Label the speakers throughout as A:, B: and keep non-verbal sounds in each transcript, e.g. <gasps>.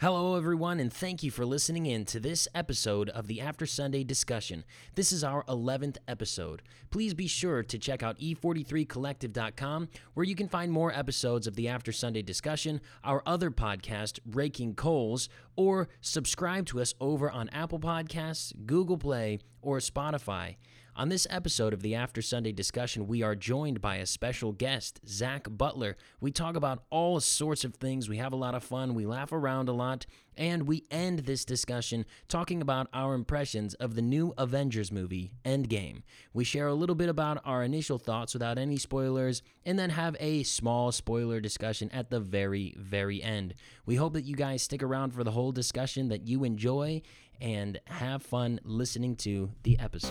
A: Hello, everyone, and thank you for listening in to this episode of the After Sunday discussion. This is our 11th episode. Please be sure to check out e e43collective.com, where you can find more episodes of the After Sunday discussion, our other podcast, Raking Coals, or subscribe to us over on Apple Podcasts, Google Play, or Spotify. On this episode of the After Sunday discussion, we are joined by a special guest, Zach Butler. We talk about all sorts of things. We have a lot of fun. We laugh around a lot. And we end this discussion talking about our impressions of the new Avengers movie, Endgame. We share a little bit about our initial thoughts without any spoilers, and then have a small spoiler discussion at the very, very end. We hope that you guys stick around for the whole discussion, that you enjoy, and have fun listening to the episode.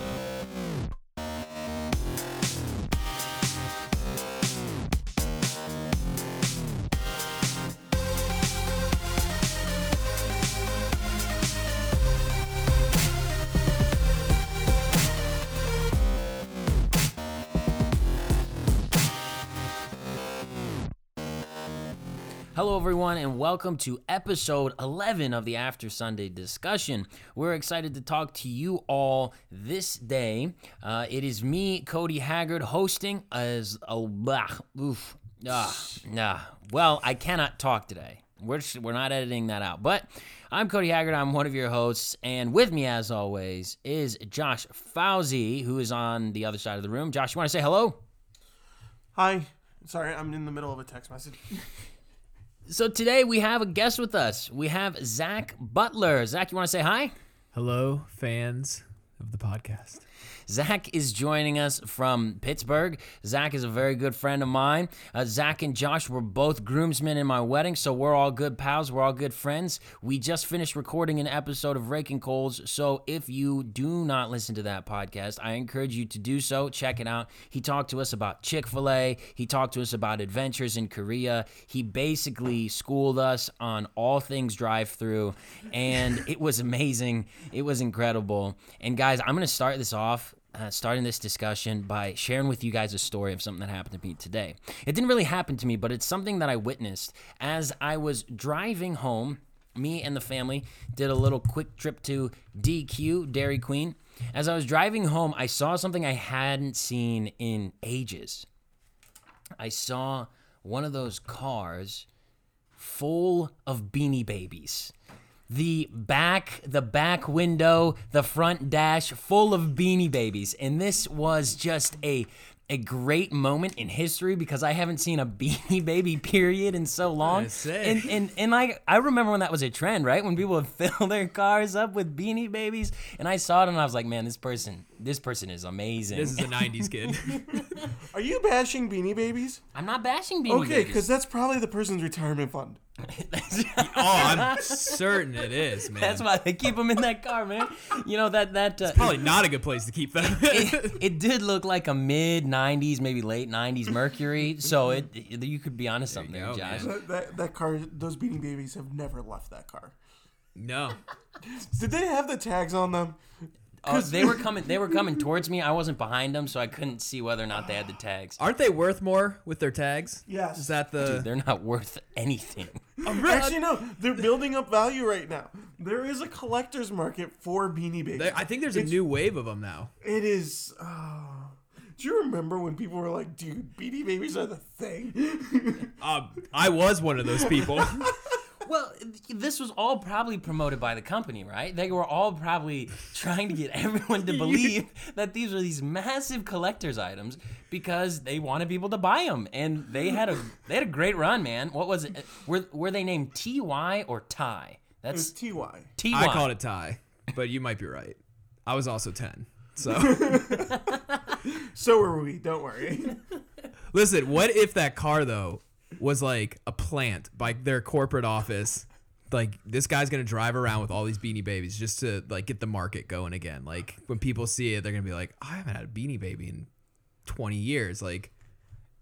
A: Hello, everyone, and welcome to episode 11 of the After Sunday discussion. We're excited to talk to you all this day. Uh, it is me, Cody Haggard, hosting as a blah, oof, ah, nah. Well, I cannot talk today. We're, just, we're not editing that out. But I'm Cody Haggard. I'm one of your hosts. And with me, as always, is Josh Fauzi, who is on the other side of the room. Josh, you want to say hello?
B: Hi. Sorry, I'm in the middle of a text message.
A: So today we have a guest with us. We have Zach Butler. Zach, you want to say hi?
C: Hello, fans of the podcast.
A: Zach is joining us from Pittsburgh. Zach is a very good friend of mine. Uh, Zach and Josh were both groomsmen in my wedding, so we're all good pals. We're all good friends. We just finished recording an episode of Raking Coals, so if you do not listen to that podcast, I encourage you to do so. Check it out. He talked to us about Chick fil A, he talked to us about adventures in Korea. He basically schooled us on all things drive through, and it was amazing. It was incredible. And guys, I'm going to start this off uh, starting this discussion by sharing with you guys a story of something that happened to me today. It didn't really happen to me, but it's something that I witnessed as I was driving home. Me and the family did a little quick trip to DQ, Dairy Queen. As I was driving home, I saw something I hadn't seen in ages. I saw one of those cars full of beanie babies the back the back window the front dash full of beanie babies and this was just a a great moment in history because I haven't seen a <laughs> beanie baby period in so long.
C: I say.
A: And and and I I remember when that was a trend, right? When people would <laughs> fill their cars up with beanie babies and I saw it and I was like, man, this person this person is amazing.
C: This is a 90s kid.
B: Are you bashing Beanie Babies?
A: I'm not bashing beanie
B: Okay,
A: babies.
B: because that's probably the person's retirement fund.
C: oh, I'm certain it is, man.
A: That's why they keep them in that car, man. You know that that uh,
C: Probably not a good place to keep them.
A: it, it did look like a mid 90s, maybe late 90s Mercury. So it, it- you could be onto something, there,
C: go,
A: Josh.
C: man.
B: That, that that car, those Beanie Babies have never left that car.
C: <laughs> no.
B: Did they have the tags on them?
A: Oh, they were coming. They were coming towards me. I wasn't behind them, so I couldn't see whether or not they had the tags.
C: Aren't they worth more with their tags?
B: Yes.
C: Is that the.
A: They're not worth anything.
B: Actually,
C: uh,
B: no. They're building up value right now. There is a collector's market for Beanie Babies.
C: they- I think there's a new wave of them now.
B: it is. Oh. Do you remember when people were like, "Dude, Beanie Babies are the thing"? <laughs>
C: Um, I was one of those <laughs> people.
A: Well, this was all probably promoted by the company, right? They were all probably <laughs> trying to get everyone to believe that these were these massive collectors' items because they wanted people to buy them, and they had a they had a great run, man. What was it? Were were they named Ty or Ty?
B: it's
A: That's
B: Ty.
A: Ty.
C: I called it tie, but you might be right. I was also 10. <laughs> So,
B: So are we. Don't worry.
C: listen, what if that car, though, was like a plant by their corporate office? Like, this guy's going to drive around with all these beanie babies just to, like, get the market going again. Like, when people see it, they're going to be like, I haven't had a beanie baby in 20 years. Like,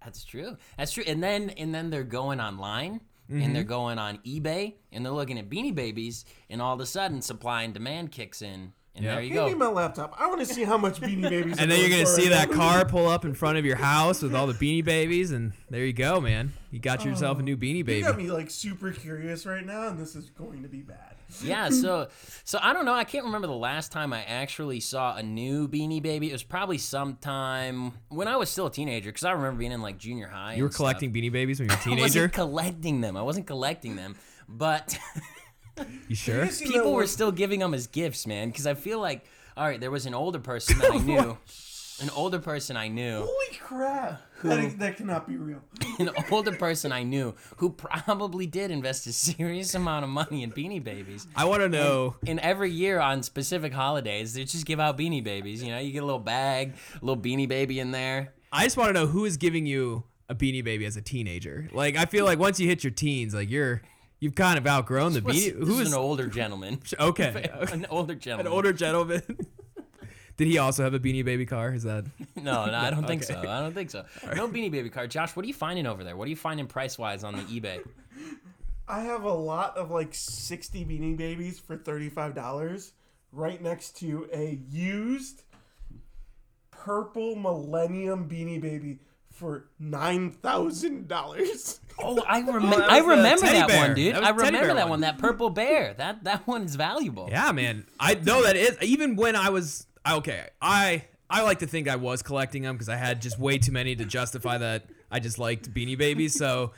A: That's true. That's true. And then and then they're going online and they're
C: Mm-hmm.
A: going on eBay and they're looking at Beanie Babies and all of a sudden supply and demand kicks in And
C: Yeah.
A: there you
B: Give me
A: go.
B: my laptop. I want to see how much Beanie Babies.
C: And then you're gonna
B: are
C: see
B: worth.
C: that car pull up in front of your house with all the beanie babies, and there you go, man. You got yourself a new beanie
B: Oh. You
C: baby.
B: got me like super curious right now, and this is going to be bad.
A: yeah, so so I don't know. I can't remember the last time I actually saw a new Beanie Baby. It was probably sometime when I was still a teenager, because I remember being in like junior high.
C: You were
A: and stuff.
C: collecting beanie babies when you were a
B: <laughs>
A: I wasn't
C: teenager.
A: collecting them. I wasn't collecting them, but <laughs>
C: You sure?
B: You seen that
A: people
B: one-
A: were still giving them as gifts, man. Because I feel like, all right, there was an older person
C: <laughs>
A: that I knew, an older person I knew,
B: Holy crap! That, that cannot be real.
A: an older person I knew who probably did invest a serious amount of money in Beanie Babies.
C: I want to know.
A: And every year on specific holidays, they just give out Beanie Babies. You know, you get a little bag, a little Beanie Baby in there.
C: I just want to know who is giving you a beanie baby as a teenager. Like, I feel like once you hit your teens, like you're you've kind of outgrown the
A: This
C: beanie.
A: is
C: Who is
A: an older
C: <laughs>
A: gentleman?
C: okay?
A: <laughs> An older
C: An
A: gentleman.
C: older gentleman. <laughs> Did he also have a beanie baby car? Is that?
A: No, no, I don't think so. I don't think so. No Beanie Baby card. Josh, what are you finding over there? What are you finding price wise on the eBay?
B: I have a lot of like 60 Beanie Babies for $35 right next to a used purple Millennium Beanie Baby for $9,000.
A: Oh, I
C: that
A: remember.
C: was
A: I
C: the
A: remember
C: teddy
A: that
C: bear.
A: one, dude.
C: That was
A: I
C: the teddy
A: remember
C: bear
A: that
C: one.
A: one. That purple bear. That that one is valuable.
C: Yeah, man. I know that is even when I was I- okay. I I like to think I was collecting them because I had just way too many to justify that I just liked Beanie Babies. So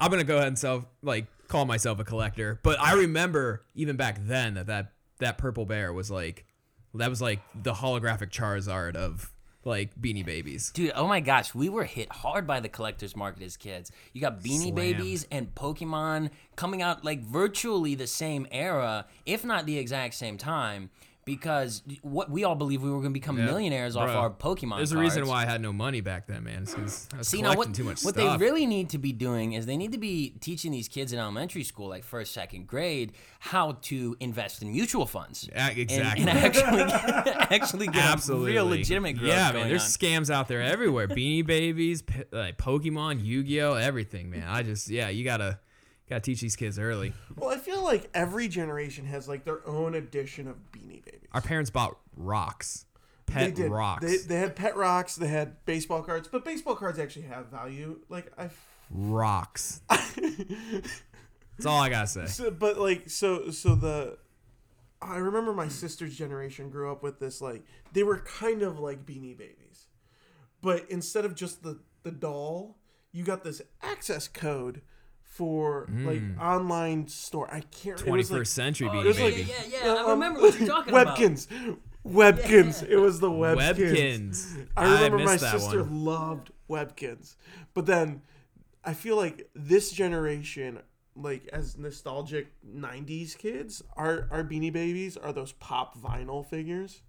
C: I'm gonna go ahead and self like call myself a collector. But I remember even back then that that that purple bear was like that was like the holographic Charizard of like Beanie Babies.
A: Dude, oh my gosh, we were hit hard by the collector's market as kids. You got Beanie
C: Slammed.
A: Babies and Pokemon coming out like virtually the same era, if not the exact same time, because what we all believe we were going to become millionaires off
C: Bro,
A: our Pokemon.
C: There's a
A: cards.
C: reason why I had no money back then, man. It's 'cause I was
A: See now
C: collecting
A: what
C: too much
A: what
C: stuff.
A: they really need to be doing is they need to be teaching these kids in elementary school, like first, second grade, how to invest in mutual funds.
C: Yeah,
A: And-
C: exactly.
A: And, actually, actually <laughs> get
C: Absolutely.
A: a real legitimate growth.
C: Yeah,
A: going
C: man, there's
A: on.
C: scams out there everywhere. Beanie Babies, p- like Pokemon, Yu-Gi-Oh, everything, man. I just yeah, you gotta gotta teach these kids early.
B: <laughs> Well, I feel like every generation has like their own edition of Beanie Babies.
C: Our parents bought rocks,
B: They
C: pet
B: did.
C: rocks,
B: They, they had pet rocks. They had baseball cards, but baseball cards actually have value. Like I, <laughs>
C: rocks. That's all I gotta say.
B: So, but like so so the I remember my sister's generation grew up with this like they were kind of like beanie babies. But instead of just the the doll, you got this access code for
C: Mm.
B: like online store. I can't it was,
C: 21st
B: like,
C: century
A: Oh,
C: Beanie
A: yeah,
C: Baby.
A: yeah, yeah, yeah. I
B: um,
A: remember what you're talking about.
B: Webkins.
A: <laughs>
B: Webkins. It was the Webkins.
C: Webkins.
B: I remember
C: missed
B: my
C: that
B: sister <laughs>
C: one.
B: loved Webkins, but then I feel like this generation, like as nostalgic '90s kids, our our Beanie Babies are those pop vinyl figures.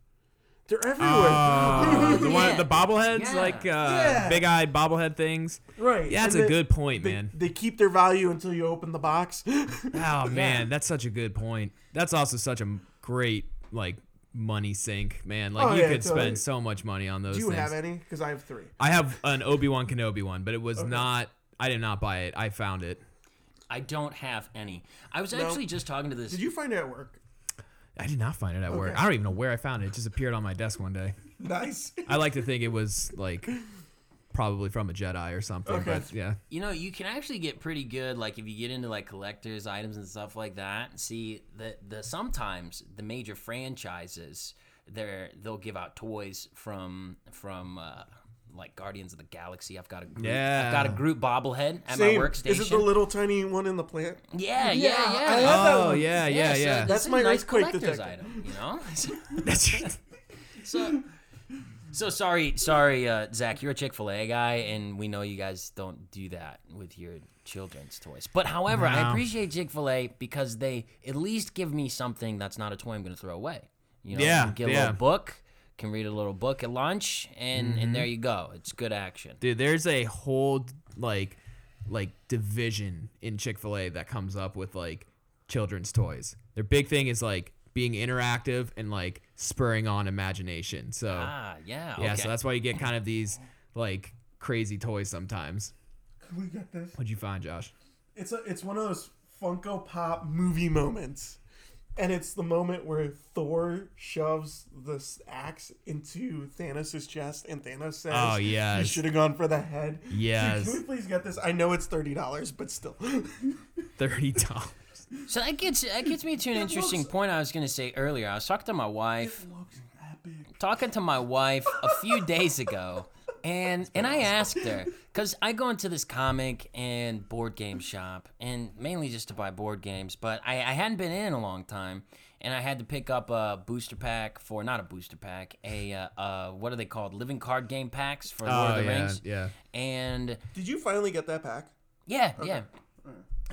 B: They're everywhere, <laughs>
C: Uh, the one,
A: Yeah.
C: the bobbleheads,
A: Yeah.
C: like uh,
B: Yeah.
C: big-eyed bobblehead things.
B: right?
C: Yeah, that's
B: and
C: a
B: they-
C: good point,
B: They,
C: man.
B: they keep their value until you open the box. <laughs>
C: Oh man, that's such a good point. That's also such a m- great like money sink, man. Like
B: Oh,
C: you
B: yeah,
C: could
B: totally.
C: spend so much money on those
B: Do you
C: things.
B: have any? Because I have three.
C: I have an Obi Wan Kenobi one, but it was not. I did not buy it. I found it.
A: I don't have any. I was actually just talking to this.
B: Did you find it at work? <laughs>
C: I did not find it at work.
B: Okay.
C: I don't even know where I found it. It just appeared on my desk one day.
B: Nice.
C: I like to think it was like probably from a Jedi or something.
B: Okay.
C: But yeah,
A: you know you can actually get pretty good like if you get into like collectors items and stuff like that see the the sometimes the major franchises they're they'll give out toys from from uh like Guardians of the Galaxy, I've got a group,
C: Yeah.
A: I've got a group bobblehead at
B: Same.
A: my workstation.
B: Is it the little tiny one in the plant?
A: yeah, yeah,
B: Yeah,
A: yeah.
B: I have that
C: Oh,
B: one.
C: yeah, yeah,
A: so
C: yeah.
A: this
B: That's
A: is
B: my
A: a nice
B: earthquake
A: collector's
B: detector.
A: item, you know. <laughs>
C: <laughs> That's-
A: so, so sorry, sorry, uh, Zach. You're a Chick Fil A guy, and we know you guys don't do that with your children's toys. But however, I
C: No.
A: appreciate Chick Fil A because they at least give me something that's not a toy I'm going to throw away. You know,
C: Yeah,
A: you get a
C: yeah.
A: little book, can read a little book at lunch, and
C: Mm-hmm.
A: and there you go. It's good action.
C: dude there's a whole like like division in chick-fil-a that comes up with like children's toys their big thing is like being interactive and like spurring on imagination so
A: Ah, yeah,
C: yeah
A: okay.
C: so that's why you get kind of these like crazy toys sometimes
B: We got this.
C: what'd you find josh
B: It's a, it's one of those Funko Pop movie moments. and it's the moment where Thor shoves this axe into Thanos' chest, and Thanos says,
C: Oh,
B: you
C: yes.
B: should have gone for the head." Dude,
C: Yes.
B: can we please get this? I know it's thirty dollars, but still,
C: <laughs>
B: <laughs>
C: Thirty dollars.
A: <laughs> So that gets that gets me to an interesting
B: looks-
A: point I was gonna say earlier. I was talking to my wife
B: looks epic.
A: talking to my wife a few days ago, and and I asked her because I go into this comic and board game shop, and mainly just to buy board games. But I, I hadn't been in a long time, and I had to pick up a booster pack for not a booster pack, a uh, uh, what are they called? Living card game packs for Lord of the
C: Oh, yeah,
A: Rings.
C: yeah.
A: And
B: Did you finally get that pack?
A: yeah, yeah.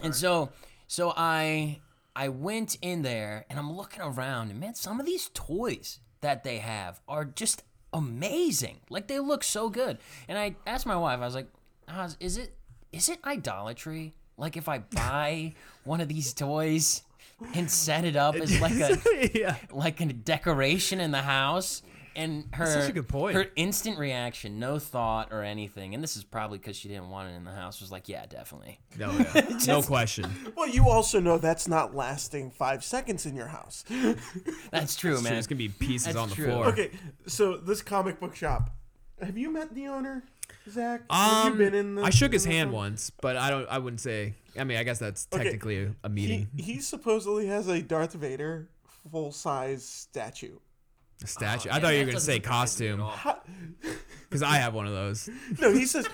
A: And so so I I went in there and I'm looking around and man, some of these toys that they have are just amazing. Like they look so good. And I asked my wife, I was like, "Oz, is it is it idolatry? Like
C: <laughs>
A: if I buy one of these toys and set it up as like a
C: <laughs> yeah.
A: <laughs> like a decoration in the house. And her
C: such a good point.
A: her instant reaction, no thought or anything, and this is probably because she didn't want it in the house, was like, "Yeah, definitely."
C: No,
A: <laughs>
C: yeah. no question.
B: Well, you also know that's not lasting five seconds in your house. <laughs>
A: That's true, man.
C: It's gonna be pieces
A: That's
C: on the
A: true.
C: floor.
B: Okay, so this comic book shop. Have you met the owner, Zach? Have
C: Um,
B: you been in the,
C: I shook his
B: in the
C: hand
B: shop?
C: once, but I don't. I wouldn't say. I mean, I guess that's technically a, a
B: He,
C: meeting. <laughs>
B: he supposedly has a Darth Vader full size statue.
C: a
A: Oh,
C: statue. I thought you were gonna say costume <laughs>
B: How-
C: because I have one of those.
B: no, he says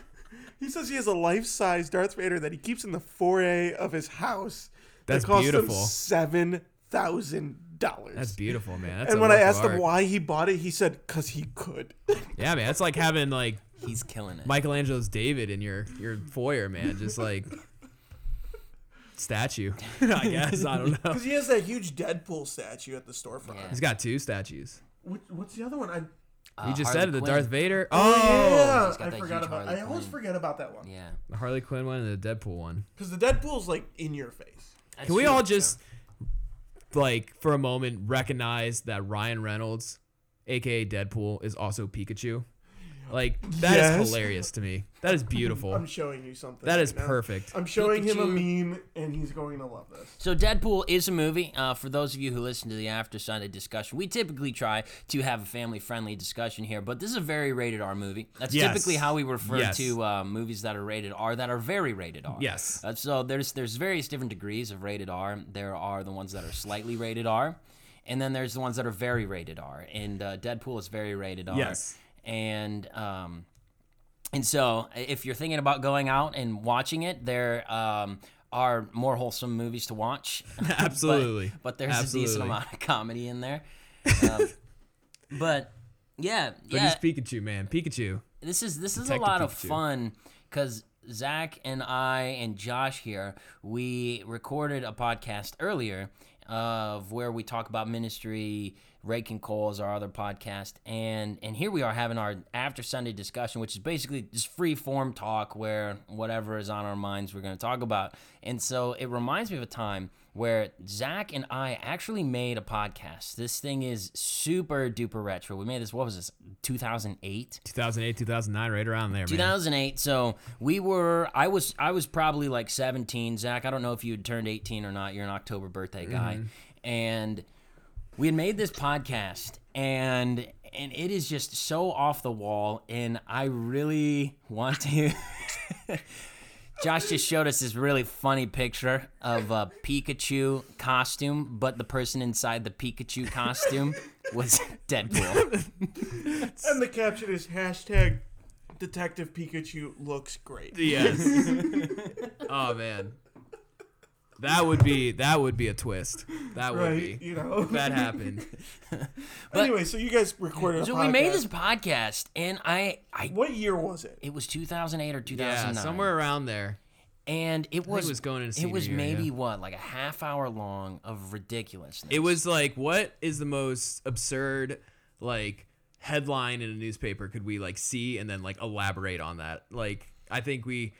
B: <laughs> he says he has a life size Darth Vader that he keeps in the foyer of his house.
C: That's
B: that cost
C: beautiful.
B: Him Seven thousand dollars.
C: That's beautiful, man. That's
B: and
C: a
B: when I
C: work of
B: asked him
C: art.
B: why he bought it, he said, "Cause he could." <laughs>
C: yeah, man, that's like having like
A: He's killing it.
C: Michelangelo's David in your your foyer, man. Just like statue. <laughs> I guess I don't know.
B: Because he has that huge Deadpool statue at the storefront.
A: Yeah.
C: He's got two statues.
B: What, what's the other one? I
A: Uh,
C: You just
A: Harley
C: said it, the
A: Quinn.
C: Darth Vader. Oh,
A: he's got
B: yeah, I
A: that
B: forgot
A: huge
B: about.
A: Harley
B: I always
A: Quinn.
B: forget about that one.
A: Yeah.
C: the Harley Quinn one and the Deadpool one.
B: Because the Deadpool's like in your face.
A: That's
C: Can we
A: true.
C: all just like for a moment recognize that Ryan Reynolds, aka Deadpool, is also Pikachu? Like that is
B: Yes.
C: hilarious to me. That is
A: <laughs>
C: beautiful.
B: I'm showing you something.
C: That is
B: right now.
C: perfect.
B: I'm showing him a meme, and he's going to love this.
A: So Deadpool is a movie. Uh, for those of you who listen to the After Sunday discussion, we typically try to have a family-friendly discussion here, but this is a very rated R movie. That's
C: Yes.
A: typically how we refer
C: Yes.
A: to uh, movies that are rated R that are very rated R.
C: Yes.
A: Uh, so there's there's various different degrees of rated R. There are the ones that are slightly rated R, and then there's the ones that are very rated R. And uh, Deadpool is very rated R.
C: Yes.
A: And um, and so, if you're thinking about going out and watching it, there um, are more wholesome movies to watch. <laughs>
C: Absolutely.
A: but, but there's a decent
C: Absolutely.
A: amount of comedy in
C: <laughs>
A: there. Um, but yeah,
C: But
A: yeah,
C: he's Pikachu, man. Pikachu.
A: this is this is a
C: Detective
A: lot of
C: Pikachu.
A: fun because Zach and I and Josh here we recorded a podcast earlier of where we talk about ministry. Rake and Cole is our other podcast, and and here we are having our after Sunday discussion, which is basically just free form talk where whatever is on our minds we're going to talk about. And so it reminds me of a time where Zach and I actually made a podcast. This thing is super duper retro. We made this. What was this? 2008.
C: 2008, 2009, right around there, man.
A: 2008 so we were i was i was probably like 17 zach i don't know if you had turned 18 or not you're an october birthday guy
B: Mm-hmm.
A: and we had made this podcast and and it is just so off the wall and i really want to <laughs> Josh just showed us this really funny picture of a Pikachu costume, but the person inside the Pikachu
B: <laughs>
A: costume was Deadpool.
B: And the caption is hashtag Detective Pikachu looks great.
C: Yes. <laughs> oh man. That would be that would be a twist. That would
B: Right?
C: be.
B: You
C: <laughs>
B: know.
C: That happened.
B: anyway, so you guys recorded. a
A: So we made
B: podcast.
A: this podcast, and I, I
B: What year was it?
A: it was 2008 or 2009
C: Yeah, somewhere around there.
A: and it was
C: it was going into
A: it was
C: senior year,
A: maybe
C: yeah.
A: what like a half hour long of ridiculousness
C: It was like, what is the most absurd like headline in a newspaper could we like see and then like elaborate on that? Like, I think we,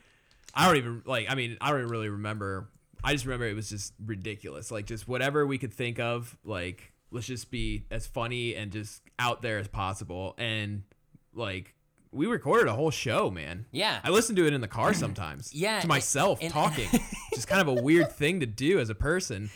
C: I don't even like. I mean, I don't even really remember. I just remember it was just ridiculous. Like, just whatever we could think of. Like, let's just be as funny and just out there as possible. And like, we recorded a whole show, man.
A: Yeah.
C: I listen to it in the car sometimes.
A: <clears throat> Yeah,
C: to myself
A: and- <laughs>
C: talking, just kind of a weird thing to do as a person.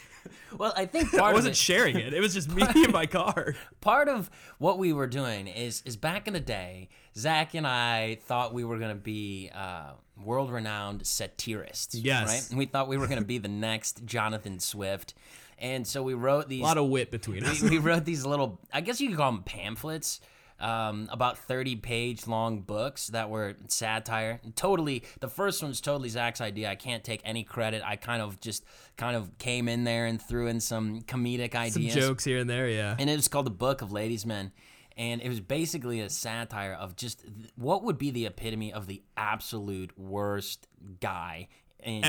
A: Well, I think part
C: <laughs> I
A: of
C: wasn't
A: it,
C: sharing it. It was just
A: <laughs>
C: me and my car.
A: part of what we were doing is is back in the day, Zach and I thought we were gonna be uh, world renowned satirists.
C: Yes.
A: right. And we thought we were gonna be the next Jonathan Swift, and so we wrote these
C: A lot of wit between us.
A: we, we wrote these little i guess you could call them pamphlets um, about 30 page long books that were satire totally the first one's totally zach's idea i can't take any credit i kind of just kind of came in there and threw in some comedic <laughs>
C: Some
A: ideas
C: jokes here and there, yeah.
A: and it was called the book of ladies men and it was basically a satire of just th- what would be the epitome of the absolute worst guy in per-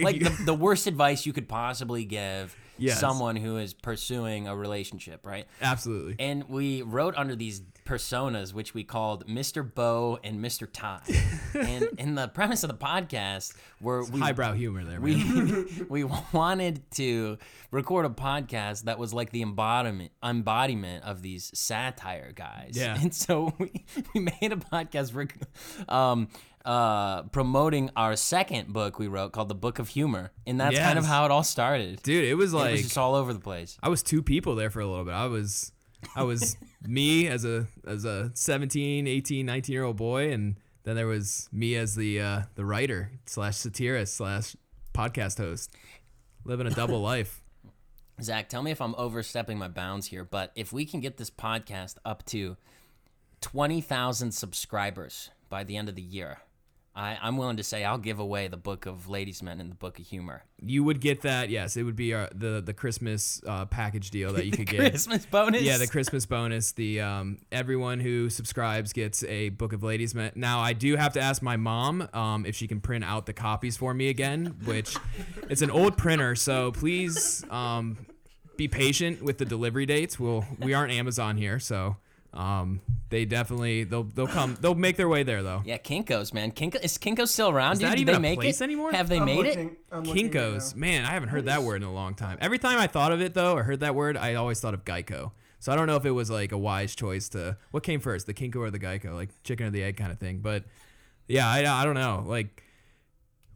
A: <laughs> like
C: <laughs>
A: the, the worst advice you could possibly give
C: Yes.
A: someone who is pursuing a relationship right
C: Absolutely.
A: and we wrote under these personas, which we called Mr. Bo and Mr.
C: <laughs>
A: Todd. and in the premise of the podcast, were we
C: Highbrow humor there, man. <laughs>
A: we we wanted to record a podcast that was like the embodiment embodiment of these satire guys.
C: Yeah.
A: And so we, we made a podcast rec um, uh, promoting our second book we wrote called The Book of Humor. And that's kind of
C: Yes.
A: how it all started.
C: Dude, it was
A: it
C: like
A: was just all over the place.
C: I was two people there for a little bit. I was I
A: <laughs>
C: was me as a as a 17, 18, 19 year old boy and then there was me as the uh, the writer slash satirist slash podcast host. Living
A: <laughs>
C: a double life.
A: Zach, tell me if I'm overstepping my bounds here, but if we can get this podcast up to 20,000 subscribers by the end of the year, I, I'm willing to say I'll give away the book of Ladies Men and the book of humor.
C: You would get that, yes. It would be our, the the Christmas uh, package
A: <laughs>
C: deal that you could get.
A: Christmas bonus?
C: Yeah, the Christmas bonus. The um, everyone who subscribes gets a book of ladies. Men. Now I do have to ask my mom um, if she can print out the copies for me again, which it's an old printer. So please um, be patient with the delivery dates. We'll we aren't Amazon here, so um, they definitely they'll they'll come they'll make their way there though.
A: yeah, Kinko's, man. Kinko, is Kinko still around?
C: Is
A: dude?
C: that
A: Did
C: even
A: they
C: a
A: make
C: place
A: it?
C: anymore?
A: Have they
B: I'm
A: made it?
B: looking- I'm looking right
C: Kinkos,
B: now.
C: man, I haven't heard that word in a long time. Every time I thought of it though, or heard that word, I always thought of Geico. So I don't know if it was like a wise choice to what came first, the Kinko or the Geico, like chicken or the egg kind of thing. But yeah, I, I don't know. Like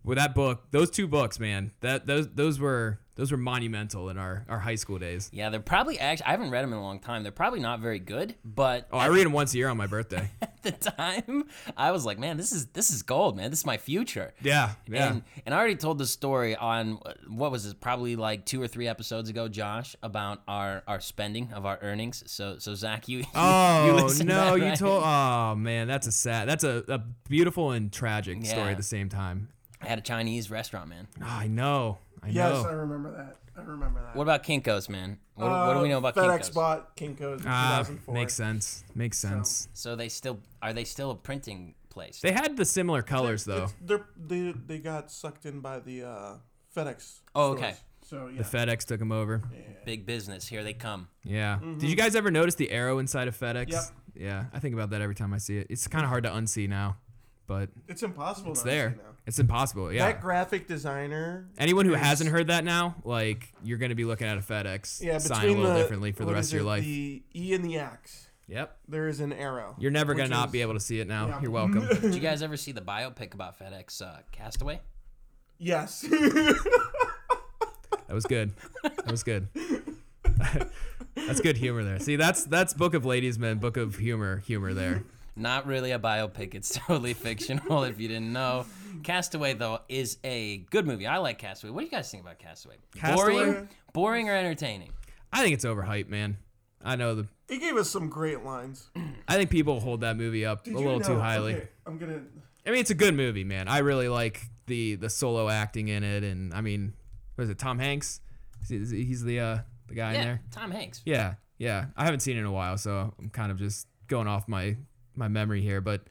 C: with that book, those two books, man, that those those were those were monumental in our our high school days.
A: Yeah, they're probably actually, I haven't read them in a long time. They're probably not very good, but <laughs>
C: Oh, I read them once a year on my birthday.
A: at the time, I was like, man, this is this is gold, man. This is my future.
C: Yeah, yeah.
A: And, and I already told the story on uh, what was this? Probably like two or three episodes ago, Josh, about our our spending of our earnings. So so Zach, you <laughs>
C: Oh
A: you listened to
C: no!
A: that,
C: You
A: right?
C: told. Oh man, that's a sad. That's a, a beautiful and tragic story
A: Yeah.
C: at the same time.
A: I had a Chinese restaurant, man.
C: Oh, I know. I know.
B: Yes, I remember that. I remember that.
A: What about Kinkos, man? What, what do we know about
B: Uh, FedEx
A: Kinkos?
B: bought Kinko's in
C: Ah,
B: 2004.
C: makes sense. Makes sense.
A: So they still are they still a printing place?
C: They had the similar colors though.
B: It's- They're, they they got sucked in by the uh, FedEx.
A: Oh, okay.
B: stores. So yeah.
C: The FedEx took them over.
A: Big business. Here they come.
C: Yeah. Did you guys ever notice the arrow inside of FedEx?
B: Mm-hmm. Yep.
C: Yeah. I think about that every time I see it. It's kind of hard to unsee now, but
B: it's impossible.
C: it's there. It's impossible. Yeah.
B: That graphic designer.
C: Anyone who
B: is-
C: hasn't heard that now, like you're gonna be looking at a FedEx
B: yeah,
C: sign a
B: between
C: little
B: the,
C: differently for the
B: what
C: rest
B: is
C: of your
B: it,
C: life.
B: The E and the X.
C: Yep.
B: There is an arrow.
C: You're never gonna
B: Which
C: not
B: is-
C: be able to see it now.
B: Yeah.
C: You're
B: <laughs>
C: welcome.
A: Did you guys ever see the biopic about FedEx uh, Castaway?
B: Yes. <laughs>
C: That was good. That
B: <laughs>
C: was good. <laughs> that's good humor there. See, that's that's Book of Ladies Men, Book of Humor, humor there.
A: Not really a biopic. It's <laughs> totally fictional. if you didn't know, Castaway though is a good movie. I like Castaway. What do you guys think about Castaway? Boring,
C: Castaway?
A: boring or entertaining?
C: I think it's overhyped, man. I know the.
B: it gave us some great lines.
C: I think people hold that movie up a little too highly.
B: I'm gonna.
C: I mean, it's a good movie, man. I really like the the solo acting in it, and I mean, what is it? Tom Hanks. Is he- is he- He's the uh, the guy in
A: Yeah,
C: there.
A: Tom Hanks.
C: Yeah, yeah. I haven't seen it in a while, so I'm kind of just going off my my memory here. But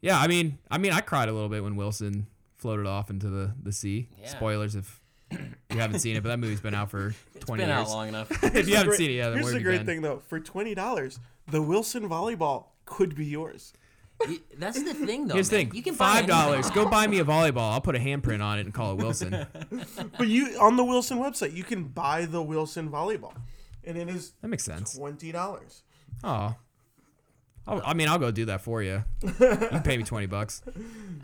C: yeah, I mean, I mean, I cried a little bit when Wilson floated off into the the sea.
A: Yeah.
C: Spoilers if you haven't seen it, but that movie's been out for 20
A: Been
C: years.
A: out long enough.
C: <laughs> if you haven't
B: Great-
C: seen it, yeah, then
B: here's
C: where
B: the
C: have you
B: great
C: been?
B: thing though. For twenty dollars, the Wilson volleyball could be yours.
A: You- That's the thing, though.
C: Here's the
A: man.
C: thing.
A: You can buy
C: five
A: <laughs>
C: dollars.
A: anything.
C: Go buy me a volleyball. I'll put a handprint on it and call it <laughs> Wilson.
B: But you on the Wilson website, you can buy the Wilson volleyball, and it is
C: That makes sense.
B: twenty dollars.
C: Oh, I'll, I mean, I'll go do that for you. You can pay me twenty bucks.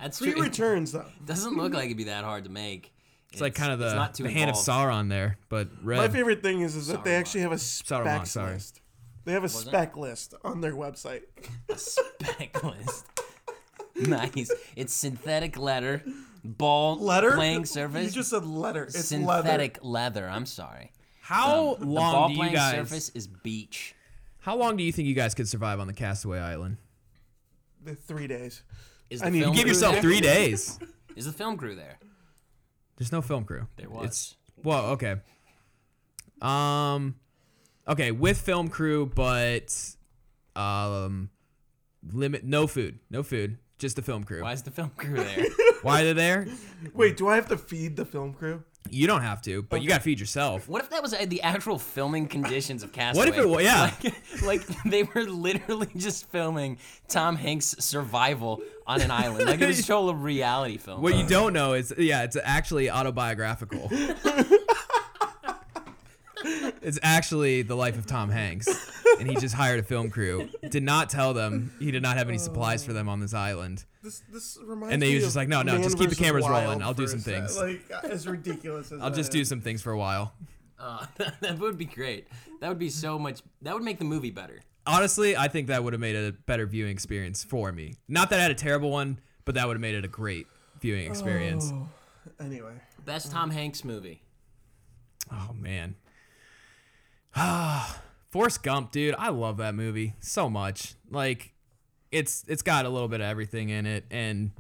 A: That's
B: Free
A: true. It
B: returns though.
A: doesn't look like it'd be that hard to make.
C: It's like kind of the,
D: it's not too
C: the hand of
D: involved.
C: Sauron there, but red.
B: My favorite thing is is that they
D: Saruman.
B: actually have a
C: Saruman,
B: specs
C: sorry.
B: list. They have a
A: it?
B: spec list on their website.
A: <laughs> spec list. <laughs> nice. It's synthetic leather, ball
B: Letter
A: playing surface.
B: You just said letter. It's leather.
A: synthetic leather. I'm sorry.
C: How
A: the ball
C: long do you
A: playing
C: guys?
A: surface is beach.
C: How long do you think you guys could survive on the Castaway Island?
B: The Three days.
A: Is
B: I
A: the
B: mean,
A: film
B: you
C: Give
A: crew
C: yourself
A: there?
C: three days.
A: Is the film crew there?
C: There's no film crew.
A: There was.
C: Well, okay. Um, okay, with film crew, but um, limit no food, no food, just the film crew.
A: Why is the film crew there?
C: Why are they there?
B: Wait, do I have to feed the film crew?
C: You don't have to, but you gotta feed yourself.
A: what if that was uh, the actual filming conditions of Castaway?
C: What if it was? Yeah, <laughs>
A: Like, like <laughs> they were literally just filming Tom Hanks' survival on an island. Like it was a total reality film.
C: What you don't know is, yeah, it's actually autobiographical. <laughs> it's actually the life of Tom Hanks, and he just hired a film crew. Did not tell them he did not have any supplies for them on this island.
B: This this reminds
C: And they
B: me
C: was
B: of
C: just like, no, no,
B: Man
C: just keep the
B: versus
C: cameras
B: Wild
C: rolling. I'll do
B: for
C: some
B: a sec.
C: things.
B: Like as ridiculous as
C: <laughs> I'll just do some things for a while.
A: Uh, <laughs> that would be great. That would be so much. That would make the movie better.
C: Honestly, I think that would have made it a better viewing experience for me. Not that I had a terrible one, but that would have made it a great viewing experience. Oh,
B: Anyway, <laughs>
A: Best Tom Hanks movie.
C: Oh, man. <sighs> Forrest Gump, dude, I love that movie so much. Like it's it's got a little bit of everything in it and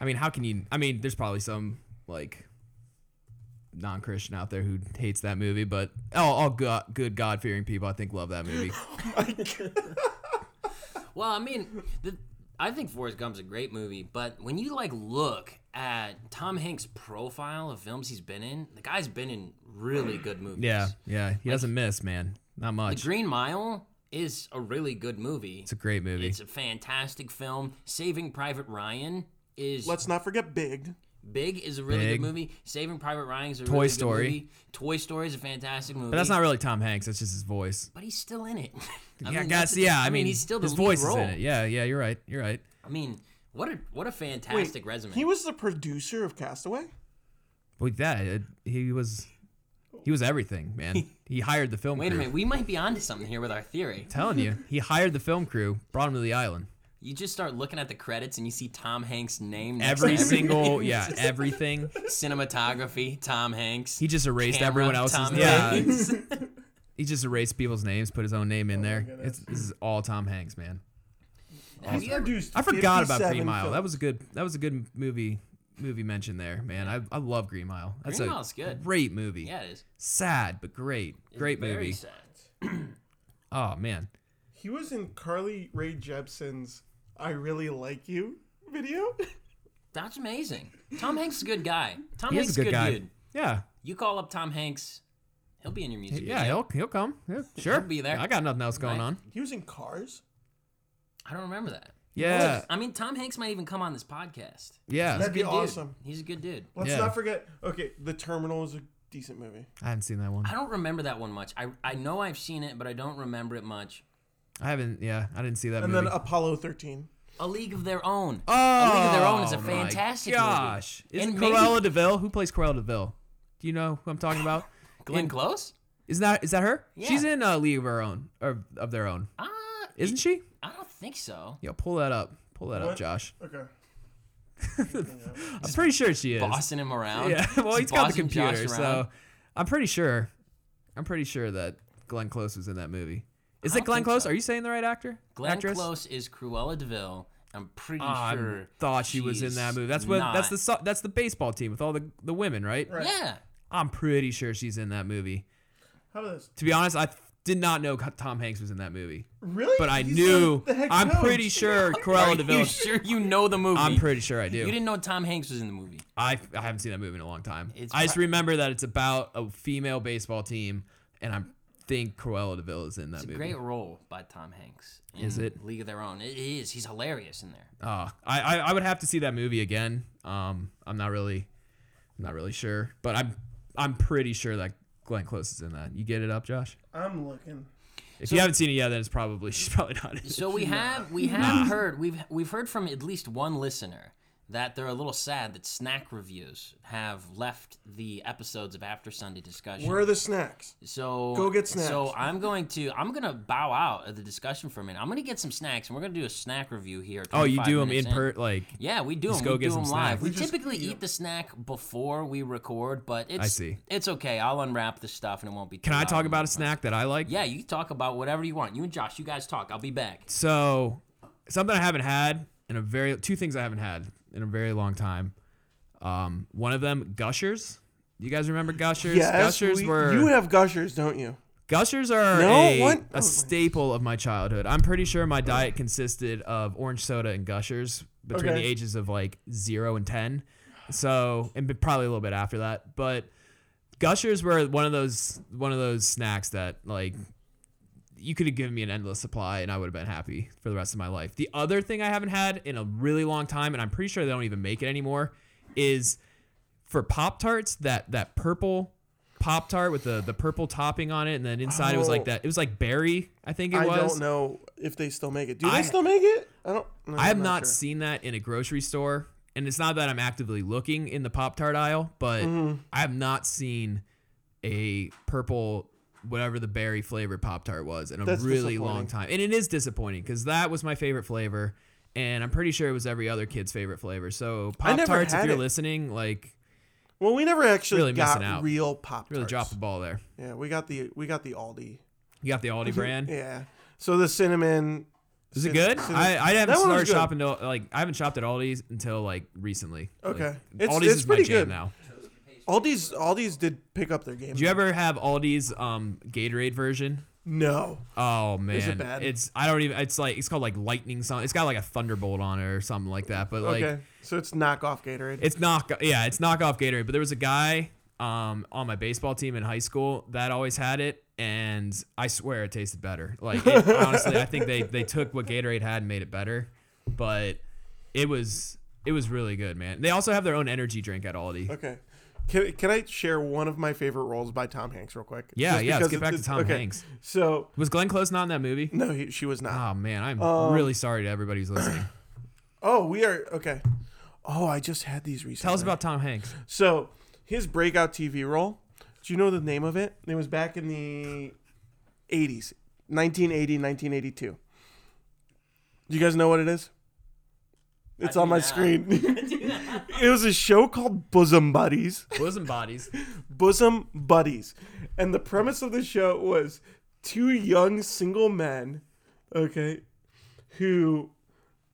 C: I mean, how can you I mean, there's probably some like non-Christian out there who hates that movie, but all, all go- good God-fearing people I think love that movie.
A: Well, I mean, the, I think Forrest Gump's a great movie, but when you like look at Tom Hanks' profile of films he's been in, the guy's been in really good movies.
C: Yeah, yeah. He doesn't miss, man. Not
A: The
C: much.
A: Green Mile is a really good movie.
C: It's a great movie.
A: It's a fantastic film. Saving Private Ryan is
B: let's not forget Big.
A: big is a really
C: Big.
A: good movie. Saving Private Ryan is a
C: Toy
A: really
C: Story.
A: good movie. Toy Story is a fantastic movie.
C: but that's not really Tom Hanks. That's just his voice.
A: But he's still in it. <laughs> I
C: yeah,
A: mean, that's
C: guys,
A: the-
C: yeah. I mean,
A: he's still the
C: his
A: lead
C: voice
A: role.
C: is in it. Yeah, yeah. You're right. You're right.
A: I mean, what a what a fantastic resume.
B: He was the producer of Castaway.
C: With that, it, he was, he was everything,
A: <laughs>
C: man. he hired the film.
A: Wait a
C: crew.
A: minute, we might be onto something here with our theory.
C: I'm telling you, he hired the film crew, brought him to
A: <laughs>
C: the island.
A: You just start looking at the credits and you see Tom Hanks' name. Next
C: Every
A: to <laughs>
C: single, yeah, everything.
A: cinematography, Tom Hanks.
C: He just erased
A: camera,
C: everyone else's.
A: Tom
C: yeah,
A: Hanks. <laughs>
C: he just erased people's names, put his own name in there. It's, this is all Tom Hanks, man.
A: Have you ever-
B: Produced
C: I forgot about
B: 57
C: Green Mile.
B: films.
C: That was a good. That was a good movie. Movie mention there, man. I, I love Green Mile. That's
A: Green
C: a
A: Mile's good.
C: great movie.
A: yeah, it is.
C: Sad but great. Great
A: Very
C: movie.
A: sad.
C: Oh man.
B: he was in Carly Rae Jepsen's "I Really Like You" video. <laughs>
A: That's amazing. Tom Hanks is a good guy. Tom
C: He
A: Hanks
C: is a good guy.
A: dude.
C: Yeah.
A: You call up Tom Hanks, he'll be in your music.
C: Yeah,
A: video.
C: he'll he'll come.
A: <laughs>
C: Yeah, sure.
A: be there.
C: I got nothing else going
A: Right.
C: on.
B: He was in Cars.
A: I don't remember that.
C: Yeah.
A: I mean, Tom Hanks might even come on this podcast.
C: Yeah.
B: That'd be
A: Good dude.
B: awesome.
A: He's a good dude.
B: Let's
C: Yeah.
B: not forget. Okay, The Terminal is a decent movie.
C: I haven't seen that one.
A: I don't remember that one much. I I know I've seen it, but I don't remember it much.
C: I haven't yeah, I didn't see that
B: And
C: movie.
B: then uh, Apollo 13.
A: A League of Their Own.
C: oh,
A: A League of Their Own is a
C: my
A: fantastic movie.
C: gosh. Isn't
A: And maybe-
C: Cruella DeVille? Who plays Cruella DeVille? Do you know who I'm
A: <sighs>
C: talking about?
A: Glenn Close?
C: Is that is that her?
A: Yeah.
C: She's in uh, League of Her Own or of Their Own,
A: Uh,
C: isn't she?
A: I don't think so.
C: Yeah, pull that up. Pull that up,
B: What?
C: Josh.
B: Okay.
C: I'm pretty sure she is.
A: Bossing him around.
C: Yeah, <laughs> well,
A: Just
C: he's got the
A: bossing Josh
C: computer,
A: around.
C: so I'm pretty sure. I'm pretty sure that Glenn Close was in that movie. Is
A: I
C: it
A: don't
C: Glenn
A: think
C: Close?
A: so.
C: Are you saying the right actor?
A: Glenn
C: Actress? Ah,
A: Close is Cruella Deville. I'm pretty
C: I
A: sure.
C: thought she was in
A: she's
C: that movie. That's what. That's
A: not.
C: the. so- That's the baseball team with all the the women, right?
B: Right.
A: <laughs> Yeah.
C: I'm pretty sure she's in that movie.
B: How about this?
C: To be honest, I did not know Tom Hanks was in that movie,
B: Really?
C: but I
B: He's
C: knew.
B: the- the head
C: I'm
B: coach.
C: pretty sure Cruella
A: Are you
C: Deville.
A: sure you know the movie?
C: I'm pretty sure I
A: You
C: do.
A: didn't know Tom Hanks was in the movie.
C: I, I haven't seen that movie in a long time.
A: It's
C: I just
A: pri-
C: remember that it's about a female baseball team, and I think Cruella Deville is in that
A: It's a
C: movie.
A: great role by Tom Hanks. in
C: Is it?
A: League of Their Own? It is. He's hilarious in there.
C: Uh, I, I I would have to see that movie again. Um, I'm not really, I'm not really sure, but I'm I'm pretty sure that Glenn Close is in that. You get it up, Josh?
B: I'm looking.
C: If you haven't seen it yet, then <laughs> it's probably she's probably not. In it.
A: So we have we have heard we've we've heard from at least one listener that they're a little sad that snack reviews have left the episodes of After Sunday discussion.
B: Where are the snacks?
A: So
B: Go get snacks.
A: So I'm going to I'm gonna bow out of the discussion for a minute. I'm gonna get some snacks and we're gonna do a snack review here.
C: Oh, you
A: 25
C: do them in
A: minutes
C: per like.
A: Yeah, we do them.
C: go
A: we
C: get
A: do
C: some
A: them live.
C: snacks.
A: We,
B: We just-
A: typically eat the snack before we record, but it's
C: see.
A: it's okay. I'll unwrap the stuff and it won't be.
C: Can I talk about a snack that I like?
A: Yeah, you can talk about whatever you want. You and Josh, you guys talk. I'll be back.
C: So something I haven't had in a very two things I haven't had in a very long time. Um, one of them gushers. You guys remember gushers? gushers
B: we-
C: were
B: You have gushers, don't you?
C: gushers are
B: No, what?
C: a,
B: Oh my-
C: a staple of my childhood. I'm pretty sure my diet consisted of orange soda and gushers between
B: Okay.
C: the ages of like zero and ten. So and b- probably a little bit after that, but gushers were one of those one of those snacks that like you could have given me an endless supply and I would have been happy for the rest of my life. The other thing I haven't had in a really long time, and I'm pretty sure they don't even make it anymore, is for Pop Tarts that that purple Pop Tart with the the purple topping on it, and then inside it was
B: Oh.
C: like that. It was like berry, I think it
B: I
C: was.
B: don't know if they still make it. Do they
C: I-
B: still make it? I don't. no,
C: I have
B: I'm
C: not
B: sure.
C: seen that in a grocery store, and it's not that I'm actively looking in the Pop Tart aisle, but
B: Mm-hmm.
C: I have not seen a purple whatever the berry flavored Pop Tart was in a
B: That's
C: really long
B: disappointing.
C: time, and it is disappointing because that was my favorite flavor, and I'm pretty sure it was every other kid's favorite flavor. So
B: I
C: Pop
B: never
C: Tarts, if
B: had
C: you're
B: it.
C: listening, like
B: Well, we never actually
C: Really missing
B: got
C: out.
B: real pop.
C: really drop the ball there.
B: Yeah, we got the we got the Aldi.
C: You got
B: <laughs>
C: the Aldi brand.
B: Yeah. So the cinnamon.
C: Mm. Is
B: cin-
C: it good?
B: cinnamon-
C: I, I haven't
B: That one was
C: started
B: good.
C: shopping till like I haven't shopped at Aldi's until like recently. Like,
B: Okay. It's-
C: Aldi's
B: it's
C: is
B: pretty
C: my jam
B: good.
C: now.
B: Aldi's Aldi's did pick up their game.
C: Do you ever have Aldi's um, Gatorade version?
B: no.
C: Oh man,
B: it bad?
C: it's I don't even. It's like it's called like lightning something. It's got like a thunderbolt on it or something like that. But like
B: okay. So it's knockoff Gatorade.
C: it's knock. Yeah, it's knockoff Gatorade. But there was a guy um, on my baseball team in high school that always had it, and I swear it tasted better.
B: <laughs>
C: Like it, honestly, I think they they took what Gatorade had and made it better. But it was it was really good, man. They also have their own energy drink at Aldi.
B: okay. Can, can I share one of my favorite roles by Tom Hanks real quick?
C: Yeah, yeah, let's
B: because
C: get back to Tom Hanks.
B: So
C: Was Glenn Close not in that movie?
B: no, Um, he, she was not.
C: Oh man, I'm really sorry to everybody who's listening.
B: Oh, we are okay. Oh, I just had these recently.
C: Tell us about Tom Hanks.
B: So his breakout TV role. Do you know the name of it? It was back in the 80s, 1980, 1982. Do you guys know what it is? It's on my screen. <laughs> it was a show called Bosom Buddies.
C: Bosom bodies.
B: Bosom Buddies. And the premise of the show was two young single men, okay, who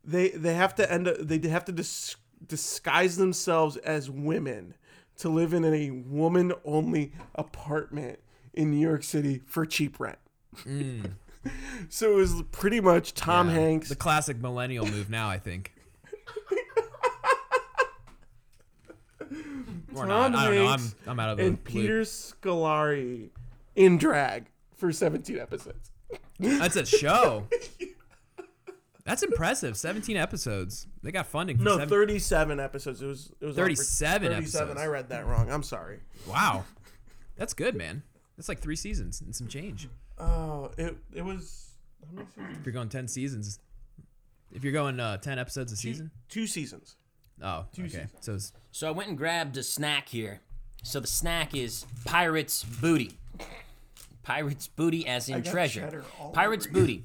B: they they have to end up they have to dis- disguise themselves as women to live in a woman only apartment in New York City for cheap rent. <laughs> so it was pretty much Tom Hanks.
C: Mm. The classic millennial move now, I think. Or not.
B: Tom
C: I don't know. I'm,
B: Hanks
C: I'm out of the
B: and Peter Scolari in drag for 17 episodes.
C: loop. That's
B: <laughs>
C: a show. That's impressive. 17 episodes. They got funding for
B: No,
C: seven-
B: 37 episodes. It was it was on for-
C: 37 episodes.
B: I read that wrong. I'm sorry.
C: Wow. That's good, man. That's like three seasons and some change.
B: Oh, it it was how many seasons?
C: If you're going 10 seasons, if you're going uh, 10 episodes a season.
B: Two seasons.
C: Oh, okay.
B: seasons.
C: So it's
A: So I went and grabbed a snack here. So the snack is pirates booty. Pirates booty, as in
B: got
A: treasure.
B: cheddar all
A: Pirates
B: over
A: booty.
B: you.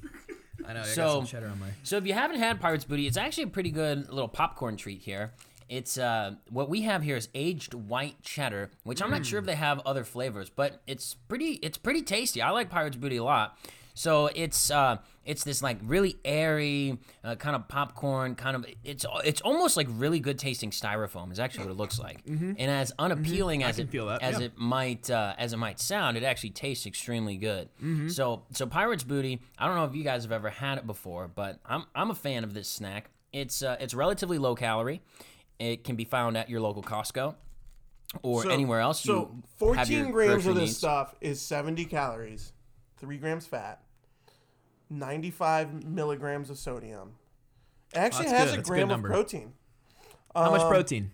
C: I know. I
A: So-
C: got some cheddar on my.
A: So if you haven't had Pirates Booty, it's actually a pretty good little popcorn treat here. It's uh, what we have here is aged white cheddar, which I'm not sure
C: Mm.
A: if they have other flavors, but it's pretty it's pretty tasty. I like Pirates Booty a lot. So it's uh, it's this like really airy uh, kind of popcorn kind of it's it's almost like really good tasting styrofoam is actually what it looks like,
C: Mm-hmm.
A: and as unappealing as it
C: feel that,
A: as
C: yeah.
A: it it might uh, as it might sound, it actually tastes extremely good. So so pirates booty. I don't know if you guys have ever had it before, but I'm I'm a fan of this snack. It's uh, it's relatively low calorie. It can be found at your local Costco or anywhere else.
B: So
A: you have your
B: 14 grams
A: grocery
B: of this
A: needs.
B: stuff is 70 calories, three grams fat, 95 milligrams of sodium. It actually
C: that's
B: has a
C: good. That's a good
B: gram of
C: number.
B: protein.
C: How
B: Um,
C: much protein?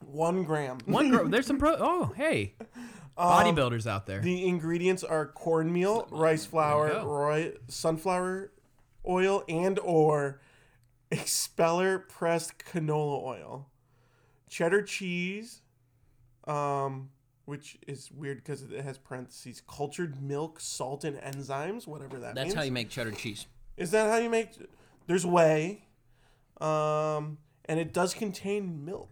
B: One gram.
C: One girl. There's some pro.
B: <laughs>
C: Oh, hey, bodybuilders out there.
B: Um, The ingredients are cornmeal, rice flour,
C: go.
B: roi- sunflower oil, and or expeller pressed canola oil, cheddar cheese, um, which is weird because it has parentheses, cultured milk, salt, and enzymes, whatever that
A: That's
B: means.
A: how you make cheddar cheese.
B: Is that how you make? There's whey, um, and it does contain milk.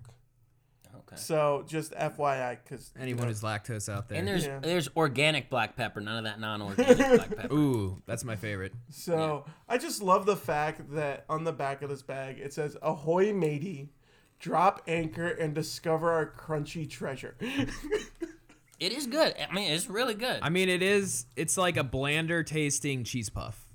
A: Okay.
B: So just FYI, because
C: Anyone who's lactose out there.
A: And there's
B: Yeah.
A: there's organic black pepper, none of that
B: <laughs>
A: non-organic black pepper.
C: Ooh, that's my favorite.
B: So I just love the fact that on the back of this bag it says "Ahoy, matey." Drop anchor and discover our crunchy treasure.
A: It is good. I mean, it's really good.
C: I mean, it is. It's like a blander tasting cheese puff.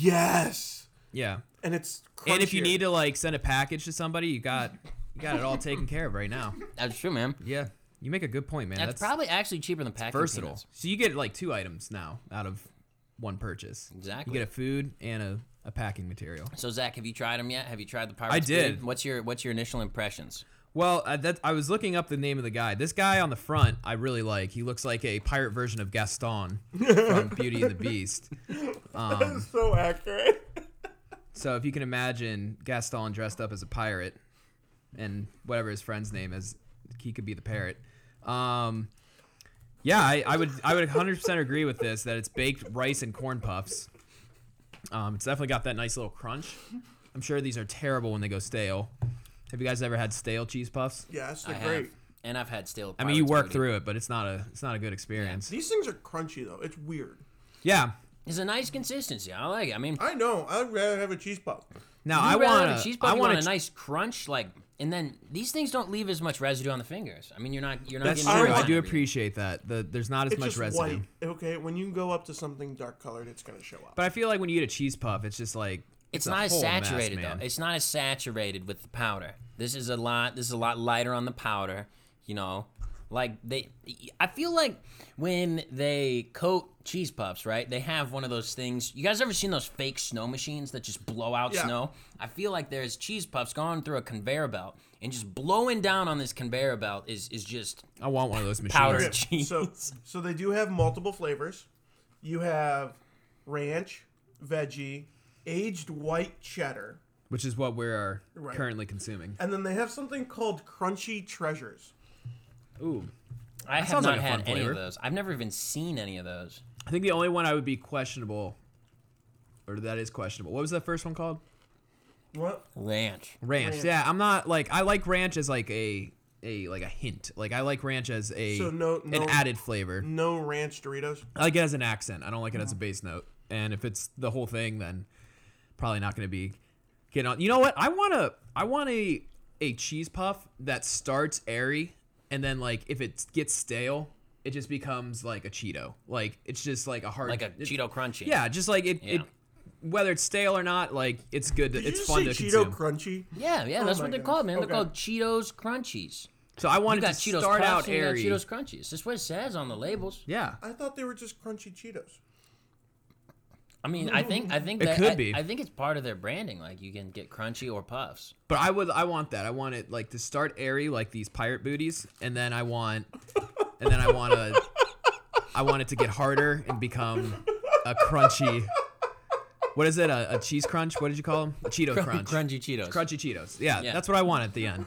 B: yes,
C: Yeah.
B: and it's crunchier.
C: And if you
B: <laughs>
C: need to like send a package to somebody, you got you got it all taken care of right now.
A: That's true, man.
C: Yeah. You make a good point, man.
A: That's,
C: That's,
A: probably actually cheaper than packing
C: versatile.
A: peanuts.
C: So you get like two items now out of one purchase.
A: Exactly.
C: You get a food and a, a packing material.
A: So Zach, have you tried them yet? Have you tried the pirate?
C: did.
A: What's your What's your initial impressions?
C: Well, I, that, I was looking up the name of the guy. This guy on the front, I really like. He looks like a pirate version of Gaston from Beauty and the Beast.
B: so accurate.
C: So if you can imagine Gaston dressed up as a pirate and whatever his friend's name is, he could be the parrot. Um, yeah, I, I would I would 100% agree with this that it's baked rice and corn puffs. Um, it's definitely got that nice little crunch. I'm sure these are terrible when they go stale. Have you guys ever had stale cheese puffs?
B: Yes, they're
A: I have,
B: great.
A: and I've had stale.
C: I mean, you
A: Pirates
C: work
A: booty.
C: through it, but it's not a it's not a good experience.
B: These things are crunchy though. It's weird.
C: Yeah.
A: It's a nice consistency. I like. it. I mean,
B: I know. I'd rather have a cheese puff.
C: Now
A: you
C: I
A: rather
C: want
A: have a cheese puff.
C: I
A: you
C: want
A: a nice crunch, like, and then these things don't leave as much residue on the fingers. I mean, you're not you're not.
C: That's
A: getting
C: true.
A: grease
C: I
A: on
C: do
A: everything.
C: appreciate that. The, there's not as
B: It's
C: much
B: just
C: residue.
B: white. Okay, when you go up to something dark colored, it's gonna show up.
C: But I feel like when you eat a cheese puff, it's just like
A: It's
C: a
A: not as
C: whole mess,
A: saturated
C: man.
A: though. It's not as saturated with the powder. This is a lot. This is a lot lighter on the powder. You know, like they. I feel like when they coat cheese puffs, right? They have one of those things. You guys ever seen those fake snow machines that just blow out
B: Yeah.
A: snow? I feel like there's cheese puffs going through a conveyor belt and just blowing down on this conveyor belt is is just
C: I want one of those machines.
A: powdered
B: Okay,
A: cheese.
B: So, so they do have multiple flavors. You have ranch, veggie, aged white cheddar,
C: which is what we are
B: Right.
C: currently consuming.
B: and then they have something called crunchy treasures.
C: Ooh,
A: I have
C: sounds
A: not
C: like a
A: had
C: fun
A: any
C: flavor.
A: of those. I've never even seen any of those.
C: I think the only one I would be questionable, or that is questionable. What was that first one called?
B: What?
A: Ranch.
C: Ranch. Yeah, I'm not like I like ranch as like a a like a hint. Like I like ranch as a
B: So no- no-
C: an added flavor.
B: No ranch Doritos.
C: I like it as an accent. I don't like it as a bass note. And if it's the whole thing, then probably not going to be getting on. You know what? I want to. I want a a cheese puff that starts airy and then like if it gets stale, it just becomes like a Cheeto. Like it's just like a hard
A: Like a
C: it-
A: Cheeto Crunchy.
C: Yeah, just like it. it
A: Yeah.
C: whether it's stale or not, like it's good. To,
B: Did
C: it's
B: you just
C: fun to
B: say Cheeto
C: consume.
B: crunchy?
A: Yeah, yeah,
C: Oh
A: that's
B: my
A: what they're
B: goodness.
A: called, man.
B: Okay.
A: They're called Cheetos Crunchies.
C: so I
A: You
C: wanted
A: got
C: to
A: Cheetos
C: start
A: Puffs
C: out
A: and you got
C: airy.
A: Cheetos Crunchies. That's what it says on the labels.
C: Yeah,
B: I thought they were just crunchy Cheetos.
A: I mean, I think I think
C: It
A: that,
C: could
A: I,
C: be.
A: I think it's part of their branding. Like you can get crunchy or puffs.
C: But I would I want that. I want it like to start airy like these pirate booties and then I want and then I want to I want it to get harder and become a crunchy What is it? A, a cheese crunch? What did you call them? A Cheeto <laughs> crunch.
A: Crunchy Cheetos.
C: Crunchy Cheetos. Yeah,
A: Yeah.
C: that's what I want at the end.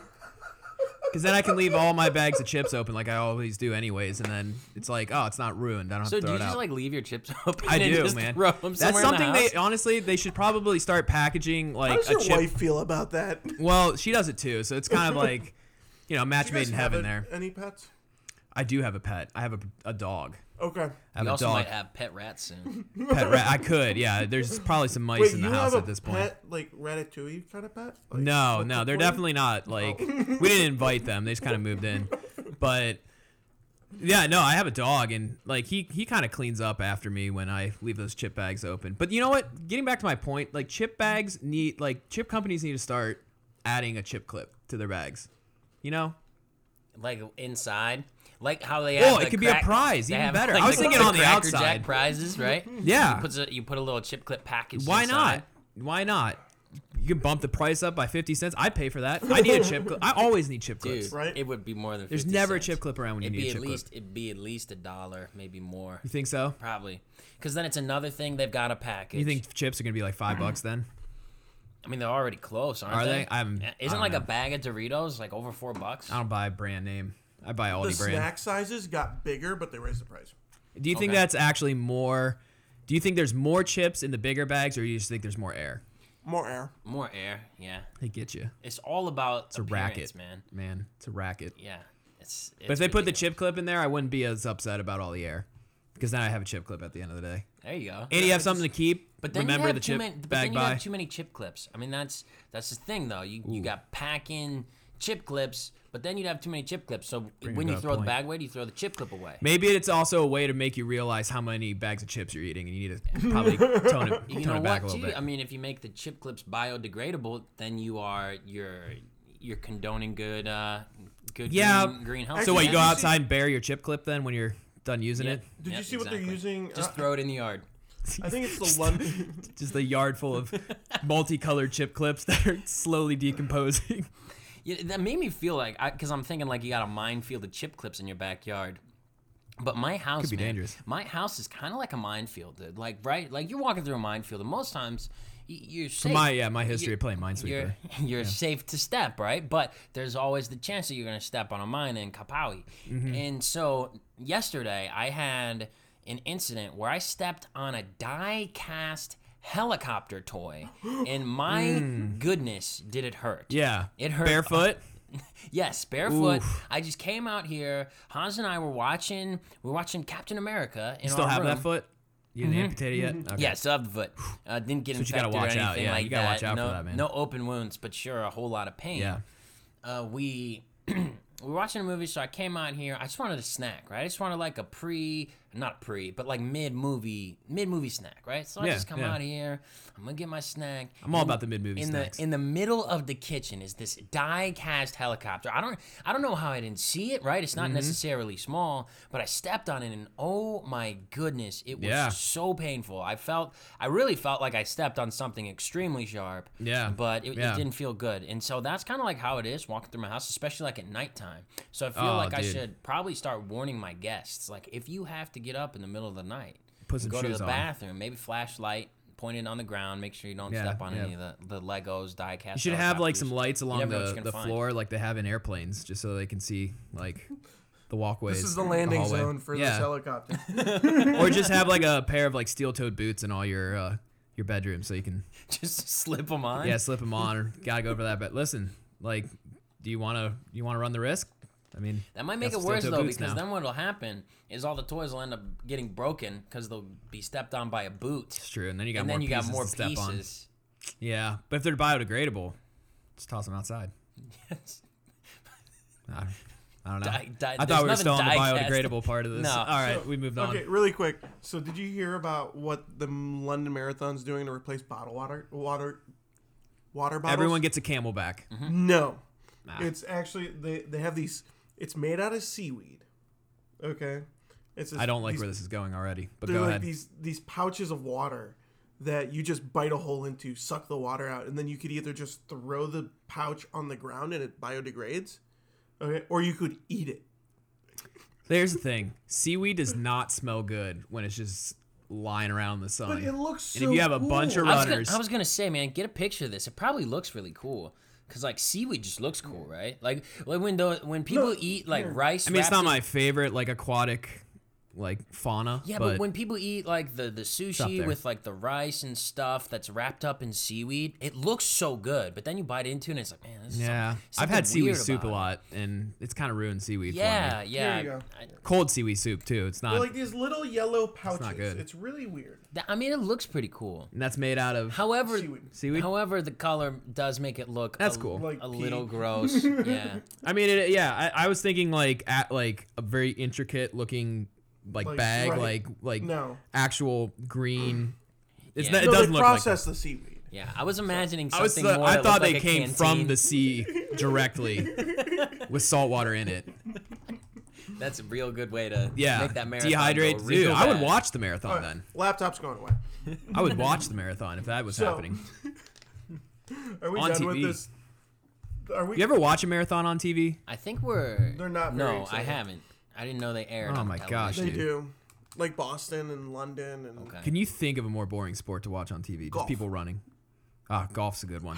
C: Cuz then I can leave all my bags of chips open like I always do anyways and then it's like, oh, it's not ruined. I don't have
A: so
C: to
A: do
C: throw
A: you
C: it
A: just
C: out.
A: like leave your chips <laughs> open?
C: I
A: and
C: do,
A: just
C: man.
A: Throw them
C: That's
A: somewhere in the
C: something
A: house?
C: they honestly they should probably start packaging
B: How
C: like
B: does
C: a
B: your
C: chip
B: wife feel about that? Do
C: well, she does it too, so it's kind of
B: <laughs>
C: like, you know, match
B: you
C: made
B: guys
C: in
B: have
C: heaven.
B: a-
C: There,
B: Any pets?
C: I do have a pet. I have a, a dog.
B: Okay.
C: I have
A: You
C: a
A: also
C: dog.
A: might have pet rats soon.
C: <laughs> Pet rat.
A: <laughs>
C: I could, yeah. There's probably some mice
B: Wait,
C: in
B: you
C: the house
B: have a
C: at this point.
B: pet like ratatouille kind of pet? Like,
C: No,
B: what's
C: no,
B: the Oh.
C: they're
B: point?
C: definitely not. Like, we didn't invite them. They just kind of moved in.
B: <laughs>
C: But yeah, no, I have a dog, and like he he kind of cleans up after me when I leave those chip bags open. But you know what? Getting back to my point, like chip bags need like chip companies need to start adding a chip clip to their bags. You know,
A: like inside, like how they.
C: Well,
A: have
C: Oh, it
A: the
C: could be a
A: crack-
C: prize,
A: they
C: even
A: have,
C: better.
A: like,
C: I was
A: the-
C: thinking on the
A: Cracker Jack
C: outside.
A: prizes, right?
C: Yeah.
A: You put a, you put a little chip clip package.
C: Why
A: inside.
C: not? Why not? You can bump the price up by 50 cents. I pay for that. I need a chip clip. I always need chip clips.
A: Dude,
B: Right?
A: It would be more than.
C: There's
A: 50
C: never a
A: cents.
C: chip clip around when you
A: It'd
C: need
A: be
C: a
A: at
C: chip
A: least
C: clip.
A: it'd be at least a dollar, maybe more,
C: You think so?
A: probably. Because then it's another thing they've got a package.
C: You think chips are going to be like 5 bucks then?
A: I mean, they're already close, aren't
C: Are
A: they?
C: they? I haven't-
A: Yeah,
C: I
A: Isn't
C: don't
A: like a
C: know.
A: bag of Doritos like over four bucks?
C: I don't buy brand name. I buy
B: The
C: Aldi brand.
B: snack sizes got bigger, but they raised the price.
C: Do you think
A: Okay.
C: that's actually more? Do you think there's more chips in the bigger bags, or you just think there's more air?
B: More air.
A: More air, yeah.
C: They get you.
A: It's all about
C: It's a racket,
A: man.
C: Man, it's a racket.
A: Yeah, it's.
C: But if they put the chip clip in there, I wouldn't be as upset about all the air, because now I have a chip clip at the end of the day,
A: there you go.
C: and you have something to keep.
A: But then
C: remember
A: you have
C: the
A: too
C: chip
A: many, but
C: bag
A: then you
C: buy.
A: have too many chip clips. I mean, that's that's the thing though. You you got packing chip clips, but then you'd have too many chip clips. So when
C: up
A: you
C: a
A: throw the
C: point.
A: bag away, do you throw the chip clip away?
C: Maybe it's also a way to make you realize how many bags of chips you're eating, and you need
B: <laughs>
C: to probably tone it,
A: You
C: tone
A: know
C: it back
A: what?
C: a little
A: Too?
C: bit.
A: I mean, if you make the chip clips biodegradable, then you are you're you're condoning good uh good
C: Yeah.
A: green, green health.
C: so what? You go
B: Did you
C: outside and bury your chip clip then when you're done using it?
B: Did you see what
A: exactly.
B: they're using?
A: Just
B: Uh,
A: throw it in the yard.
B: I think it's
C: <laughs>
B: the London.
C: Just a yard
A: <laughs>
C: full of multicolored chip clips that are
A: <laughs>
C: slowly decomposing.
A: Yeah, that made me feel like because I'm thinking like you got a minefield of chip clips in your backyard. But my house
C: be
A: man,
C: dangerous.
A: My house is kind of like a minefield, dude. Like right, like you're walking through a minefield, and most times y- you're safe.
C: my yeah, my history
A: You're-
C: of playing Minesweeper.
A: You're, you're <laughs> safe to step, right? But there's always the chance that you're going to step on a mine in Kapawi.
C: Mm-hmm.
A: And so yesterday I had an incident where I stepped on a die cast helicopter
C: <gasps>
A: toy, and my goodness, did it hurt.
C: Mm. yeah,
A: It hurt
C: Barefoot.
A: Yes, barefoot. I just came out here. Hans and I were watching. We were watching Captain America. In
C: Still
A: our
C: have
A: room. Mm-hmm.
C: that foot? You didn't amputate it yet? Okay.
A: Yeah, still have the foot. Uh, didn't get
C: what you gotta
A: infected
C: watch
A: or
C: out,
A: anything
C: yeah,
A: like
C: you gotta
A: that.
C: watch out for
A: no,
C: that, man.
A: No open wounds, but sure, a whole lot of pain.
C: Yeah.
A: Uh, we <clears throat> we were watching a movie, so I came out here. I just wanted a snack, right? I just wanted like a pre, not pre, but like mid movie, mid movie snack, right? So I
C: Yeah,
A: just come
C: yeah.
A: out here. I'm gonna get my snack.
C: I'm all about the mid-movie
A: in
C: snacks.
A: the in the middle of the kitchen is this die-cast helicopter. I don't I don't know how I didn't see it. Right, it's
C: Mm-hmm.
A: not necessarily small, but I stepped on it, and oh my goodness, it was
C: Yeah.
A: so painful. I felt I really felt like I stepped on something extremely sharp.
C: Yeah.
A: but it,
C: Yeah.
A: it didn't feel good, and so that's kind of like how it is walking through my house, especially like at nighttime. So I feel
C: Oh,
A: like I
C: dude.
A: should probably start warning my guests, like if you have to get up in the middle of the night,
C: Put some
A: go to
C: shoes
A: the
C: on.
A: bathroom, maybe flashlight. Point it on the ground. Make sure you don't
C: Yeah,
A: step on
C: yeah.
A: any of the, the Legos, die-cast.
C: You should have like some lights along
A: never know what
C: the,
A: you're gonna
C: the
A: find.
C: floor like they have in airplanes just so they can see like the walkways.
B: This is the landing
C: hallway.
B: zone for this
C: yeah.
B: helicopter.
A: <laughs>
C: Or just have like a pair of like steel-toed boots in all your uh, your bedroom so you can
A: <laughs> Just slip them on.
C: yeah, slip them on or gotta go for that. But listen, like, do you want to you want to run the risk? I mean,
A: That might make
C: got
A: it worse
C: steel-toed
A: though,
C: boots
A: because
C: now.
A: then what'll happen is all the toys will end up getting broken because they'll be stepped on by a boot,
C: it's true. And then you got
A: and
C: more
A: then you got
C: pieces
A: more
C: to step on.
A: pieces. <laughs>
C: Yeah, but if they're biodegradable, just toss them outside.
A: Yes.
C: I, I don't know.
A: Di- di-
C: I
A: there's
C: thought we were
A: nothing
C: still on the
A: die-cast.
C: biodegradable part of this.
A: No.
C: All right, we moved on.
B: Okay, really quick. So, did you hear about what the M- London Marathon's doing to replace bottled water? Water, water bottles.
C: Everyone gets a camel back.
A: Mm-hmm.
B: no. It's actually they they have these. It's made out of seaweed. Okay. It's
C: I don't like
B: these,
C: where this is going already, but
B: They're
C: go
B: like
C: ahead.
B: these these pouches of water that you just bite a hole into, suck the water out, and then you could either just throw the pouch on the ground and it biodegrades, okay, or you could eat it.
C: There's the thing: seaweed does not smell good when it's just lying around in the sun.
B: But it looks.
C: and if
B: so
C: you have a
B: cool.
C: bunch of
A: I was, gonna,
C: runners,
A: I was gonna say, man, get a picture of this. It probably looks really cool. Cause like seaweed just looks cool, right? Like like when the, when people eat like rice.
C: I mean, it's
A: wrapped
C: not
A: in-
C: my favorite like aquatic like fauna.
A: Yeah, but, when people eat like the the sushi
C: there.
A: with like the rice and stuff that's wrapped up in seaweed, it looks so good. but then you bite into it and it's like, man, this is
C: Yeah,
A: something-
C: I've had
A: something weird
C: seaweed soup a
A: about it.
C: lot, and it's kind of ruined seaweed for
A: Yeah,
C: me.
A: yeah.
B: There you go.
A: I-
C: Cold seaweed soup too. It's not.
B: They're like these little yellow pouches.
C: good.
B: It's really weird.
A: That- I mean, it looks pretty cool.
C: and that's made out of
A: However,
B: Seaweed.
C: seaweed.
A: however, the color does make it look
C: That's
A: a,
C: cool.
B: Like
A: a
B: pea.
A: little
C: <laughs>
A: gross. yeah,
C: I mean, it, yeah, I, I was thinking like at like a very intricate looking like,
B: Like,
C: bag,
B: right.
C: like like
B: No.
C: actual green. It's
A: Yeah.
C: not, it
B: no,
C: doesn't
B: they
C: look like. that.
B: process the seaweed.
A: yeah. I was imagining
C: I was uh,
A: something more.
C: I
A: that
C: thought
A: looked
C: they
A: like a
C: came from
A: canteen.
C: the sea directly with salt water
A: <laughs>
C: in it.
A: That's a real good way to
C: Yeah,
A: make that marathon.
C: dehydrate.
A: go
C: Dude,
A: real
C: I would
A: bad.
C: watch the marathon then.
B: Laptop's going away.
C: I would watch the marathon if that was
B: So-
C: happening.
B: <laughs> Are we
C: On
B: done with
C: TV.
B: this? Are we?
C: You ever watch a marathon on TV?
A: I think we're.
B: They're not
A: No,
B: very
A: I
B: exciting.
A: haven't. I didn't know they aired.
C: Oh
A: on
C: my
A: television.
C: gosh,
B: they
C: dude.
B: do, like Boston and London and
A: Okay.
C: Can you think of a more boring sport to watch on TV? Just
B: Golf.
C: people running. Ah, golf's a
B: <laughs>
C: good one.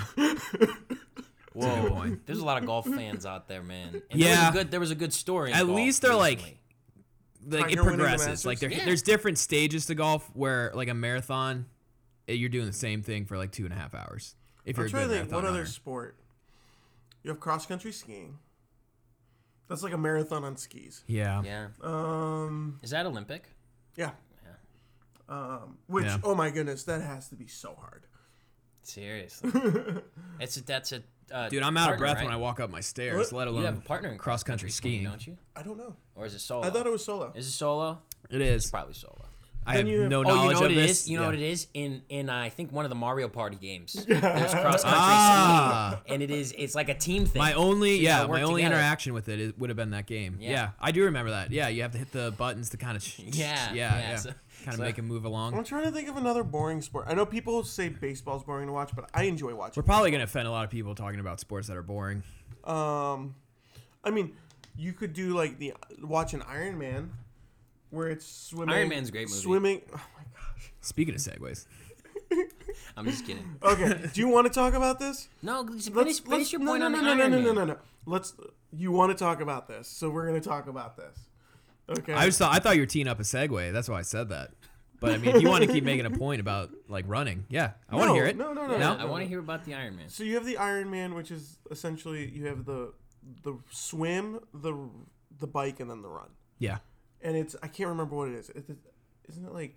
A: Whoa,
C: point.
A: there's a lot of golf fans out there, man. And there was
C: Yeah.
A: a good. There was a good story. in
C: At
A: golf
C: least they're, like,
A: recently.
C: Like it
B: Tiger winning the
C: progresses. Like
B: Masters?
C: there,
A: Yeah.
C: there's different stages to golf where like a marathon, eh, you're doing the same thing for like two and a half hours. If
B: I'm
C: you're a
B: trying
C: good
B: to think.
C: marathon
B: What other
C: runner.
B: sport? You have cross country skiing. That's like a marathon on skis.
C: Yeah.
A: yeah.
B: Um,
A: Is that Olympic?
B: yeah. Um, which
C: Yeah.
B: oh my goodness, that has to be so hard. <laughs>
A: Seriously, it's a, that's a uh,
C: Dude, I'm out
A: partner,
C: of breath
A: right?
C: when I walk up my stairs,
B: What?
C: let
A: You have a
C: alone
A: partner in
C: cross country skiing.
A: don't you?
B: I don't know.
A: Or is it solo?
B: I thought it was solo.
A: Is it solo?
C: It is.
A: Probably solo.
C: I have
B: Then you-
C: no
B: Oh,
A: Oh, you
C: knowledge
A: know what
C: of
A: it
C: this.
A: is? You know
C: Yeah.
A: what it is? In in uh, I think one of the Mario Party
B: <laughs>
A: games, there's cross country
C: Ah.
A: skiing, and it is it's like a team thing.
C: My only,
A: you gotta
C: yeah, my
A: work
C: only
A: together.
C: interaction with it is, would have been that game.
A: Yeah.
C: Yeah. I do remember that. Yeah, you have to hit the buttons to kind of,
A: <laughs>
C: sh-
A: Yeah,
C: yeah,
A: yeah,
C: yeah,
A: so-
C: kind of
A: so-
C: make it move
B: I'm
C: along.
B: trying to think of another boring sport. I know people say baseball's boring to watch, but I enjoy
C: We're
B: watching.
C: probably gonna offend a lot of people talking about sports that are boring.
B: Um, I mean, you could do like the watch an Iron Man, where it's swimming.
A: Man's a great movie.
B: Swimming. Oh my gosh.
C: Speaking of segues,
A: I'm just
B: <laughs>
A: kidding.
B: Okay. do you want to talk about this?
A: No, just finish
B: Let's-
A: finish
B: let's-
A: your
B: no,
A: point
B: no,
A: on
B: no,
A: the
B: no,
A: Iron
B: no,
A: Man.
B: No, no, no, no. Let's. You want to talk about this, so we're gonna talk about this. Okay.
C: I just thought I thought you were teeing up a segue. That's why I said that. But I mean, if you want to keep making a point about like running, yeah, I want
B: No,
C: to hear it.
B: no, no, no,
A: Yeah,
B: no,
A: I want to hear about the Iron Man.
B: So you have the Iron Man, which is essentially you have the the swim, the the bike, and then the run.
C: Yeah,
B: And it's I can't remember what it is. It, it, isn't it like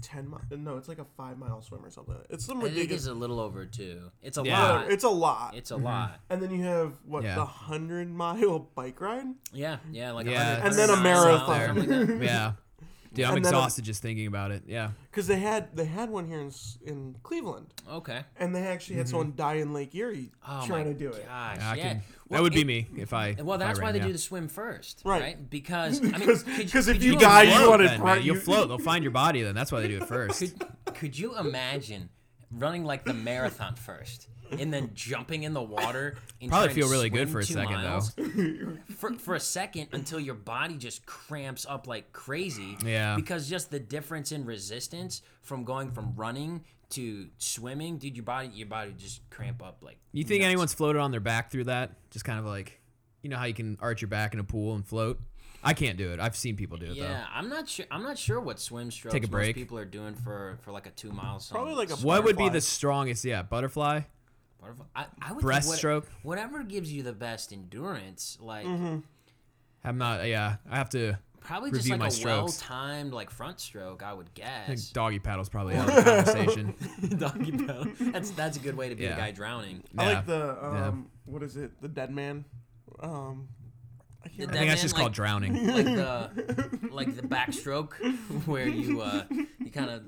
B: ten miles? No, it's like a five mile swim or something. It's
A: I
B: some
A: think
B: ridiculous.
A: it's a little over two. It's a
C: Yeah.
A: lot.
B: It's a lot.
A: It's a
C: <clears throat>
A: lot.
B: and then you have what
C: Yeah.
B: the hundred mile <laughs> bike ride.
A: Yeah, yeah, like
C: Yeah,
A: 100,
C: And
B: then a
A: 100 miles,
B: marathon.
A: something like that.
C: yeah, dude, I'm
B: And then a-
C: exhausted just thinking about it. Yeah,
B: Because they had they had one here in S- in Cleveland, <laughs>
A: Okay.
B: and they actually
C: Mm-hmm.
B: had someone die in Lake Erie
A: Oh
B: trying
A: my
B: to do it.
A: Gosh, yeah.
C: I can,
A: Well,
C: that would be
A: it-
C: me if I.
A: And Well,
C: if I
A: that's why
C: ran,
A: they
C: yeah.
A: do the swim first, right?
B: Right.
A: Because I mean,
B: Because-
A: could,
B: <laughs> 'cause if
A: could
B: you die, you
A: imagine-
C: Float,
B: wanna
C: then,
B: pri-
C: man. You'll
B: you-
C: float. They'll find your body. Then that's why they do
A: <laughs>
C: it first.
A: Could you imagine running like the marathon first and then jumping in the water? And
C: Probably
A: trying
C: feel
A: to
C: really good
A: swim
C: for a
A: two
C: second, though.
A: miles? For, for a second until your body just cramps up like crazy.
C: Yeah.
A: Because just the difference in resistance from going from running to swimming, dude, your body your body just cramp up like.
C: You think
A: nuts.
C: anyone's floated on their back through that? Just kind of like, you know how you can arch your back in a pool and float? I can't do it. I've seen people do it
A: Yeah, I'm not sure. I'm not sure what swim strokes
C: Take a break.
A: most people are doing for for like a two mile. Swim.
B: Probably like a
C: though. What would be
B: butterfly.
C: the strongest? Yeah, butterfly.
A: Butterfly- I, I would think what-
C: Breaststroke.
A: whatever gives you the best endurance, like
C: I'm not. Yeah, I have to.
A: probably just
C: Review my
A: like a well
C: strokes.
A: timed like front stroke, I would
C: I think <laughs>
A: guess.
C: doggy paddles probably
A: <laughs>
C: out of the conversation.
A: Doggy paddle. That's that's a good way to be a
C: Yeah.
A: guy drowning.
B: I
C: Yeah.
B: like the um, what is it? The dead man. Um,
A: The
B: I can't remember.
C: I think
A: Batman,
C: that's just
A: like- <laughs>
C: called drowning.
A: Like the like the backstroke <laughs> where you uh, you kind of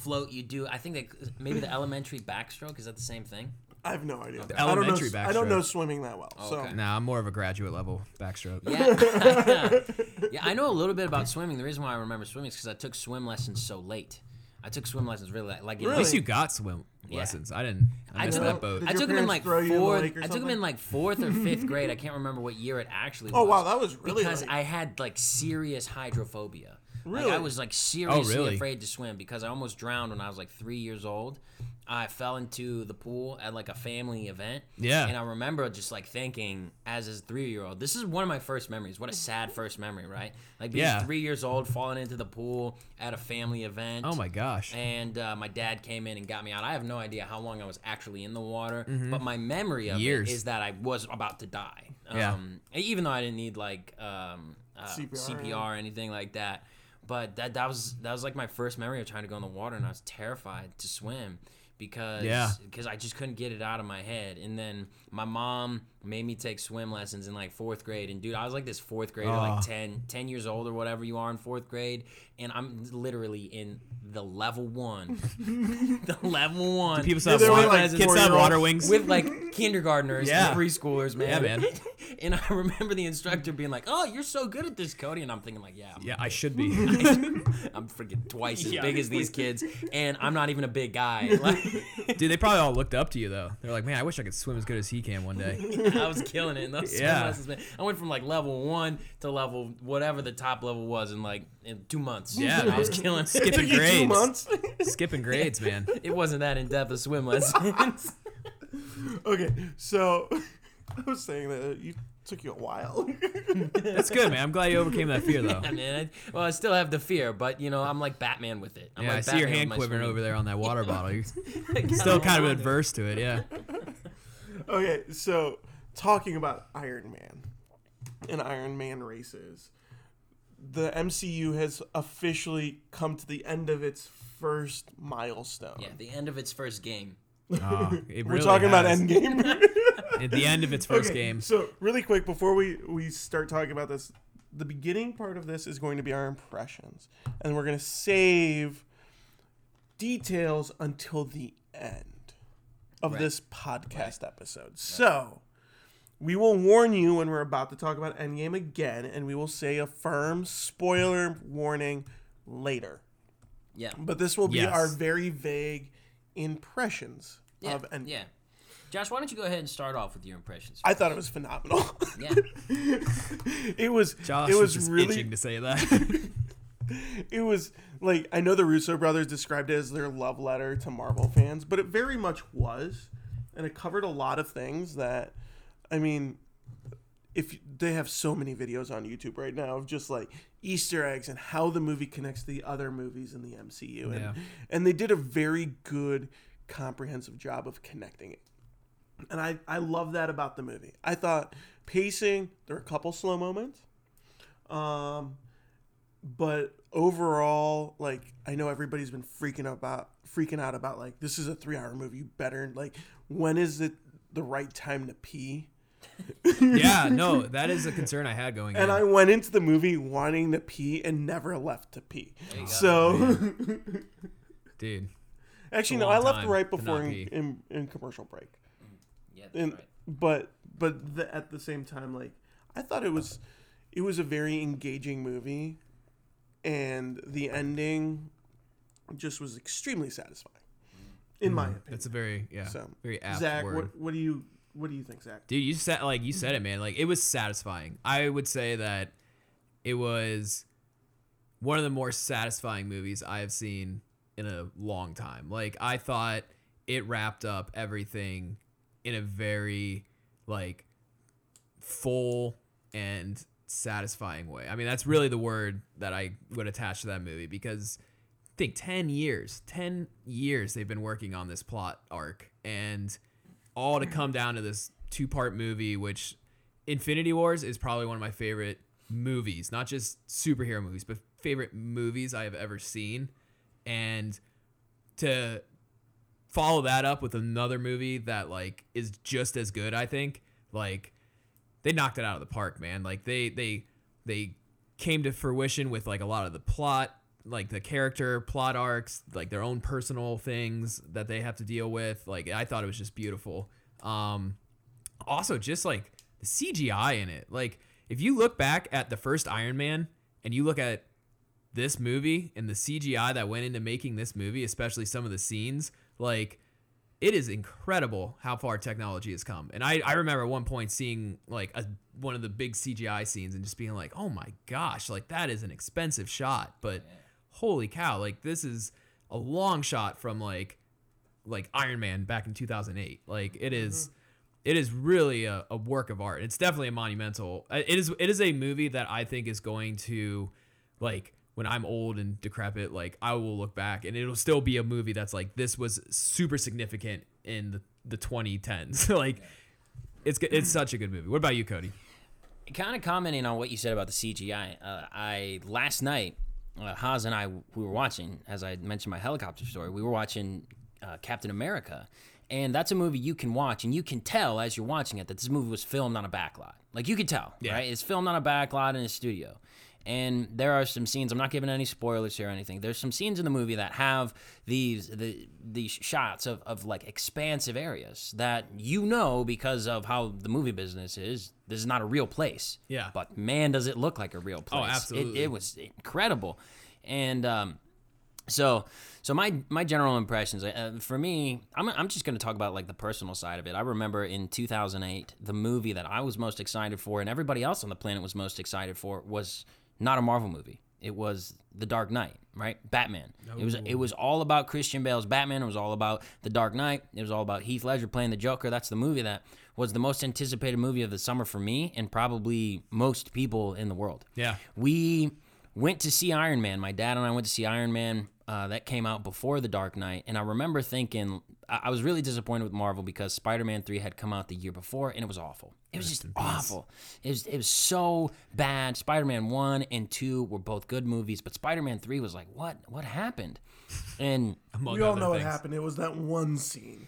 A: float. You do. I think that maybe the elementary backstroke is that the same thing.
B: <laughs> I have no idea.
C: The
B: I don't know,
C: elementary
B: s- I don't
C: backstroke.
B: know swimming that well. so
A: okay.
C: nah, I'm more of a graduate level backstroke.
A: Yeah. <laughs> yeah, I know a little bit about swimming. The reason why I remember swimming is because I took swim lessons so late. I took swim lessons really late. Like, in
C: At
B: Really?
C: least you got swim
A: Yeah.
C: lessons. I didn't. I
A: I
C: missed
A: took,
C: that boat.
A: I
B: your
A: took them in
B: parents
A: like
B: throw you in the
A: fourth.
B: lake or
A: I took them in
B: something?
A: like fourth
B: <laughs>
A: or fifth grade. I can't remember what year it actually was.
B: Oh, wow, that was really
A: because
B: late.
A: I had like serious hydrophobia. Like, I
B: Really?
A: was like seriously
C: Oh, really?
A: afraid to swim because I almost drowned when I was like three years old. I fell into the pool at like a family event.
C: Yeah.
A: And I remember just like thinking, as a three year old, this is one of my first memories. What a sad first memory, right? Like being
C: Yeah.
A: three years old, falling into the pool at a family event
C: Oh my gosh.
A: and uh, my dad came in and got me out. I have no idea how long I was actually in the water, but my memory of
C: Mm-hmm. Years.
A: it is that I was about to die.
C: Yeah.
A: Um, even though I didn't need like um, uh, CPR.
B: CPR.
A: or anything like that, but that that was that was like my first memory of trying to go in the water, and I was terrified to swim because
C: Yeah.
A: because I just couldn't get it out of my head. And then my mom made me take swim lessons in like fourth grade. And dude, I was like this fourth grader,
C: Ah.
A: like 10, 10 years old or whatever you are in fourth grade. And I'm literally in the level one, <laughs> the level one.
C: People
B: Yeah,
C: still have
B: they were
C: water.
B: like
C: kids still have
B: four-year-olds.
C: water wings.
A: with like kindergartners
C: Yeah.
A: and preschoolers, man.
C: Yeah, man.
A: <laughs> and I remember the instructor being like, "Oh, you're so good at this, Cody," and I'm thinking like, "Yeah, I'm <laughs>
C: Yeah, I should be.
A: I'm freaking twice as big as these kids, and I'm not even a big guy." <laughs> Like,
C: Dude, they probably all looked up to you though. They're like, man, I wish I could swim as good as he can one day.
A: I was killing it in those swim
C: Yeah.
A: lessons, man. I went from like level one to level whatever the top level was in like in two months.
C: Yeah,
A: I was
C: man.
A: killing.
C: <laughs> Skipping
B: Took you <laughs> two
A: <laughs>
C: grades.
B: months.
C: Skipping grades, man.
A: It wasn't that in depth a swim lessons.
B: Okay, so <laughs> I was saying that you took you a while. <laughs>
C: That's good, man. I'm glad you overcame that fear, though.
A: I mean, I, well, I still have the fear, but you know, I'm like Batman with it. <laughs> I'm
C: Yeah,
A: like
C: I see your
A: Batman
C: hand
A: with my
C: quivering
A: swing.
C: over there on
A: <laughs>
C: that water bottle. You're still kind of adverse to it, yeah.
B: okay, so talking about Iron Man and Iron Man races, the MCU has officially come to the end of its first milestone.
A: Yeah, the end of its first game.
C: it
B: We're
C: really
B: talking about
C: has.
B: Endgame.
C: at the end of its first game.
B: So really quick before we we start talking about this, the beginning part of this is going to be our impressions, and we're going to save details until the end of
A: Right.
B: this podcast episode. So. We will warn you when we're about to talk about Endgame again, and we will say a firm spoiler warning later.
A: Yeah.
B: But this will be
C: Yes.
B: our very vague impressions
A: Yeah.
B: of Endgame.
A: yeah. Josh, why don't you go ahead and start off with your
B: <laughs>
A: impressions?
B: I thought it was phenomenal. <laughs>
A: yeah.
B: it was
C: Josh
B: it
C: is
B: was
C: just
B: really
C: itching to
B: <laughs>
C: say that.
B: it was like I know the Russo brothers described it as their love letter to Marvel fans, but it very much was, and it covered a lot of things that, I mean, if they have so many videos on YouTube right now of just like Easter eggs and how the movie connects to the other movies in the MCU, and
C: Yeah.
B: and they did a very good comprehensive job of connecting it. And I, I love that about the movie. I thought pacing, there were a couple slow moments. Um, but overall, like I know everybody's been freaking about freaking out about like this is a three hour movie. You better like when is it the right time to pee?
C: yeah, no, that is a concern I had going
B: And
C: in.
B: I went into the movie wanting to pee and never left to pee. <laughs> So
C: Dude,
B: actually,
C: a
B: no,
C: long
B: I left
C: time
B: right
C: to
B: before
C: not
B: in,
C: pee.
B: in, in commercial break.
A: Yeah, that's
B: and
A: right.
B: but but the, at the same time like i thought it was it was a very engaging movie and the ending just was extremely satisfying in
C: Mm.
B: my opinion
C: that's a very, yeah,
B: so
C: very apt
B: zach
C: word.
B: what what do you what do you think zach
C: Dude, you said like you said it, man. Like it was satisfying. I would say that it was one of the more satisfying movies I have seen in a long time. Like I thought it wrapped up everything in a very like full and satisfying way. I mean, that's really the word that I would attach to that movie because I think 10 years, 10 years they've been working on this plot arc and all to come down to this two-part movie which Infinity Wars is probably one of my favorite movies, not just superhero movies, but favorite movies I have ever seen. And to follow that up with another movie that like is just as good, I think. Like they knocked it out of the park, man. Like they they they came to fruition with like a lot of the plot, like the character plot arcs, like their own personal things that they have to deal with. Like I thought it was just beautiful. Um also just like the CGI in it. Like if you look back at the first Iron Man and you look at this movie and the CGI that went into making this movie, especially some of the scenes, like it is incredible how far technology has come. And I, I remember at one point seeing like a, one of the big CGI scenes and just being like, oh my gosh, like that is an expensive shot, but holy cow, like this is a long shot from like like Iron Man back in 2008. Like it is- it is really a, a work of art. It's definitely a monumental. uh, It is it is a movie that I think is going to like when I'm old and decrepit, like I will look back and it'll still be a movie that's like this was super significant in the, the 2010s. <laughs> like it's go- it's such a good movie. What about you, Cody?
A: kind of commenting on what you said about the CGI. Uh, I last night, uh, Haas and I we were watching, as I mentioned my helicopter story, we were watching uh, Captain America, and that's a movie you can watch and you can tell as you're watching it that this movie was filmed on a backlot. Like you can tell, right? It's filmed on a backlot in a studio. And there are some scenes. I'm not giving any spoilers here or anything. There's some scenes in the movie that have these the these shots of, of like expansive areas that you know because of how the movie business is. This is not a real place.
C: Yeah. Oh,
A: But man, does it look like a real place? It-
C: absolutely.
A: it was incredible, and um, so, so my my general impressions uh, for me, I'm I'm just going to talk about like the personal side of it. I remember in 2008, the movie that I was most excited for, and everybody else on the planet was most excited for, was not a Marvel movie. It was The Dark Knight, right? Batman. It was it was all about Christian Bale's Batman. It was all about The Dark Knight. It was all about Heath Ledger playing the Joker. That's the movie that was the most anticipated movie of the summer for me and probably most people in the world.
C: Yeah.
A: We went to see Iron Man. My dad and I went to see Iron Man. Uh, that came out before The Dark Knight. And I remember thinking, I, I was really disappointed with Marvel because Spider Man 3 had come out the year before and it was awful. It was just awful. It was, it was so bad. Spider Man 1 and 2 were both good movies, but Spider Man 3 was like, what? What happened? And
C: Among
B: We all
C: other
B: know what
C: things.
B: happened. It was that one scene.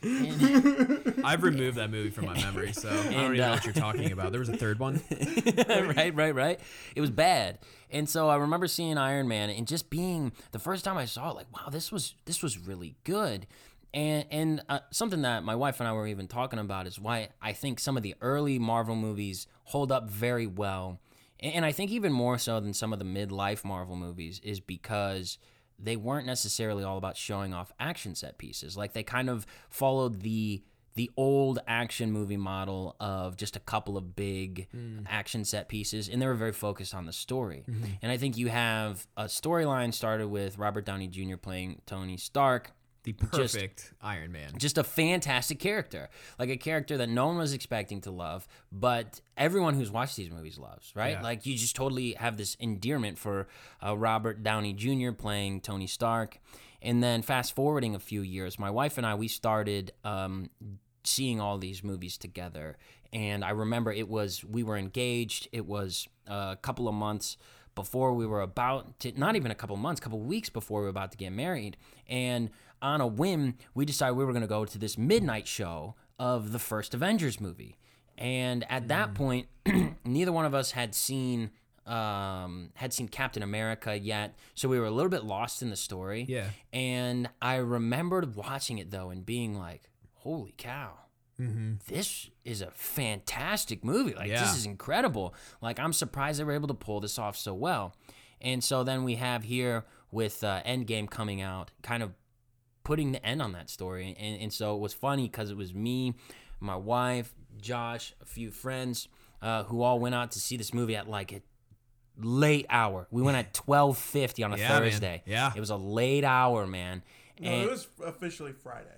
C: I've removed that movie from my memory, so I don't even know
A: uh,
C: what you're talking about. There was a third one.
A: <laughs> right, right, right. It was bad. And so I remember seeing Iron Man and just being the first time I saw it, like, wow, this was this was really good. And and uh, something that my wife and I were even talking about is why I think some of the early Marvel movies hold up very well, and, and I think even more so than some of the midlife Marvel movies is because they weren't necessarily all about showing off action set pieces. Like they kind of followed the the old action movie model of just a couple of big action set pieces, and they were very focused on the story. And I think you have a storyline started with Robert Downey Jr. playing Tony Stark,
C: The perfect Iron Man.
A: just a fantastic character, like a character that no one was expecting to love, but everyone who's watched these movies loves, right?
C: Yeah.
A: Like you just totally have this endearment for uh, Robert Downey Jr. playing Tony Stark, and then fast forwarding a few years, my wife and I we started um, seeing all these movies together, and I remember it was we were engaged. It was uh, a couple of months before we were about to not even a couple months couple weeks before we were about to get married and on a whim we decided we were going to go to this midnight show of the first avengers movie and at that point <clears throat> neither one of us had seen um, had seen captain america yet so we were a little bit lost in the story
C: Yeah.
A: and i remembered watching it though and being like holy cow this is a fantastic movie. Like
C: Yeah.
A: this is incredible. Like I'm surprised they were able to pull this off so well. And so then we have here with uh, Endgame coming out, kind of putting the end on that story. And, and so it was funny because it was me, my wife, Josh, a few friends uh, who all went out to see this movie at like a late hour. We
C: <laughs>
A: went at 12:50 on a
C: Yeah, man.
A: Thursday.
C: Yeah.
A: it was a late hour, man.
B: No,
A: And-
B: it was officially Friday.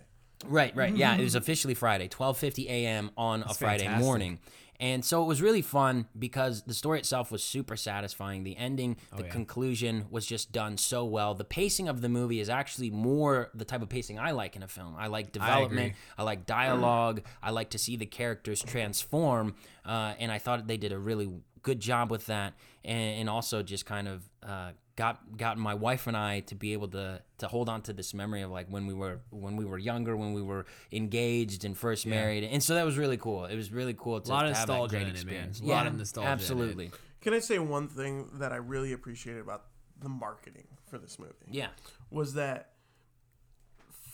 A: Right, right. Yeah, it was officially Friday, 12:50 a.m. on a Friday
C: Mm-hmm. fantastic.
A: morning. And so it was really fun because the story itself was super satisfying. The ending, the
C: Oh, yeah.
A: conclusion was just done so well. The pacing of the movie is actually more the type of pacing I like in a film. I like development, I, like dialogue, I like to see the characters transform. Uh, and I thought they did a really good job with that, and, and also just kind of uh, got got my wife and I to be able to to hold on to this memory of like when we were when we were younger, when we were engaged and first married, and so that was really cool. It was really cool to,
C: Lot
A: to
C: of
A: have
C: nostalgia
A: that
C: in
A: great
C: it, man.
A: experience.
C: A lot of nostalgia in it.
A: absolutely.
B: Can I say one thing that I really appreciated about the marketing for this movie?
A: Yeah,
B: Was that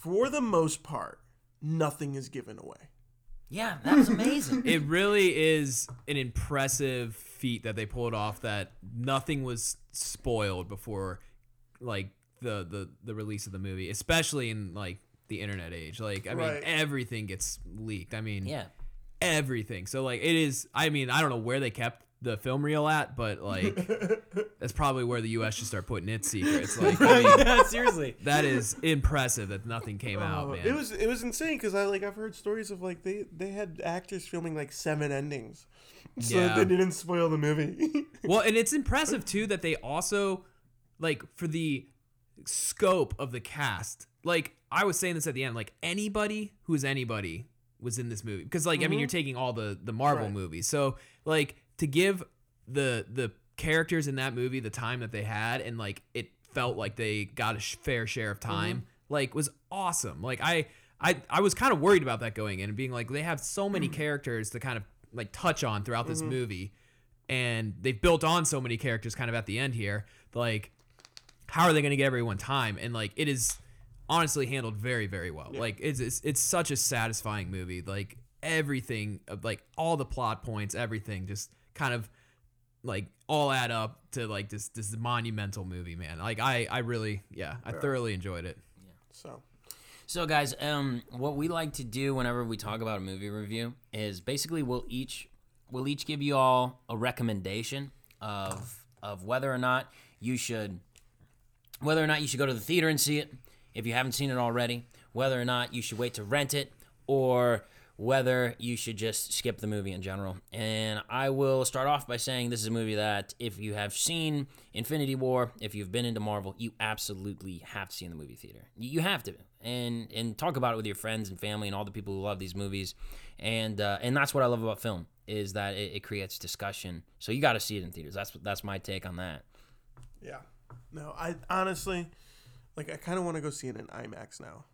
B: for the most part, nothing is given away.
A: yeah, that was
C: <laughs>
A: amazing.
C: It really is an impressive feat that they pulled off. That nothing was spoiled before, like the the the release of the movie, especially in like the internet age. Like I mean,
B: Right.
C: everything gets leaked. I mean,
A: yeah,
C: everything. So like it is. I mean, I don't know where they kept the film reel at,
B: <laughs>
C: but like that's probably where the U.S. should start putting its
A: <laughs>
C: secrets. Like I mean,
A: seriously.
C: that is impressive that nothing came out,
B: Uh,
C: Oh, man.
B: it was it was insane because I like I've heard stories of like they they had actors filming like seven endings, <laughs> so
C: Yeah.
B: that they didn't spoil the movie. <laughs>
C: well, and it's impressive too that they also like for the scope of the cast. Like I was saying this at the end, like anybody who's anybody was in this movie because like I mean you're taking all the the Marvel
B: Right.
C: movies, so like to give the the characters in that movie the time that they had and like it felt like they got a sh- fair share of time like was awesome like i i i was kind of worried about that going in and being like they have so many characters to kind of like touch on throughout this movie and they've built on so many characters kind of at the end here like how are they going to get everyone time and like it is honestly handled very very well like it's, it's it's such a satisfying movie like everything of like all the plot points everything just kind of like all add up to like this this monumental movie man like i i really yeah i thoroughly enjoyed it
B: so
A: So, guys, um, what we like to do whenever we talk about a movie review is basically we'll each we'll each give you all a recommendation of of whether or not you should whether or not you should go to the theater and see it if you haven't seen it already, whether or not you should wait to rent it, or whether you should just skip the movie in general. And I will start off by saying this is a movie that if you have seen Infinity War, if you've been into Marvel, you absolutely have to see in the movie theater. You you have to. And and talk about it with your friends and family and all the people who love these movies. And uh, and that's what I love about film is that it, it creates discussion. So you got to see it in theaters. That's that's my take on that.
B: Yeah. No, I honestly, like, I kind of want to go see it in IMAX now.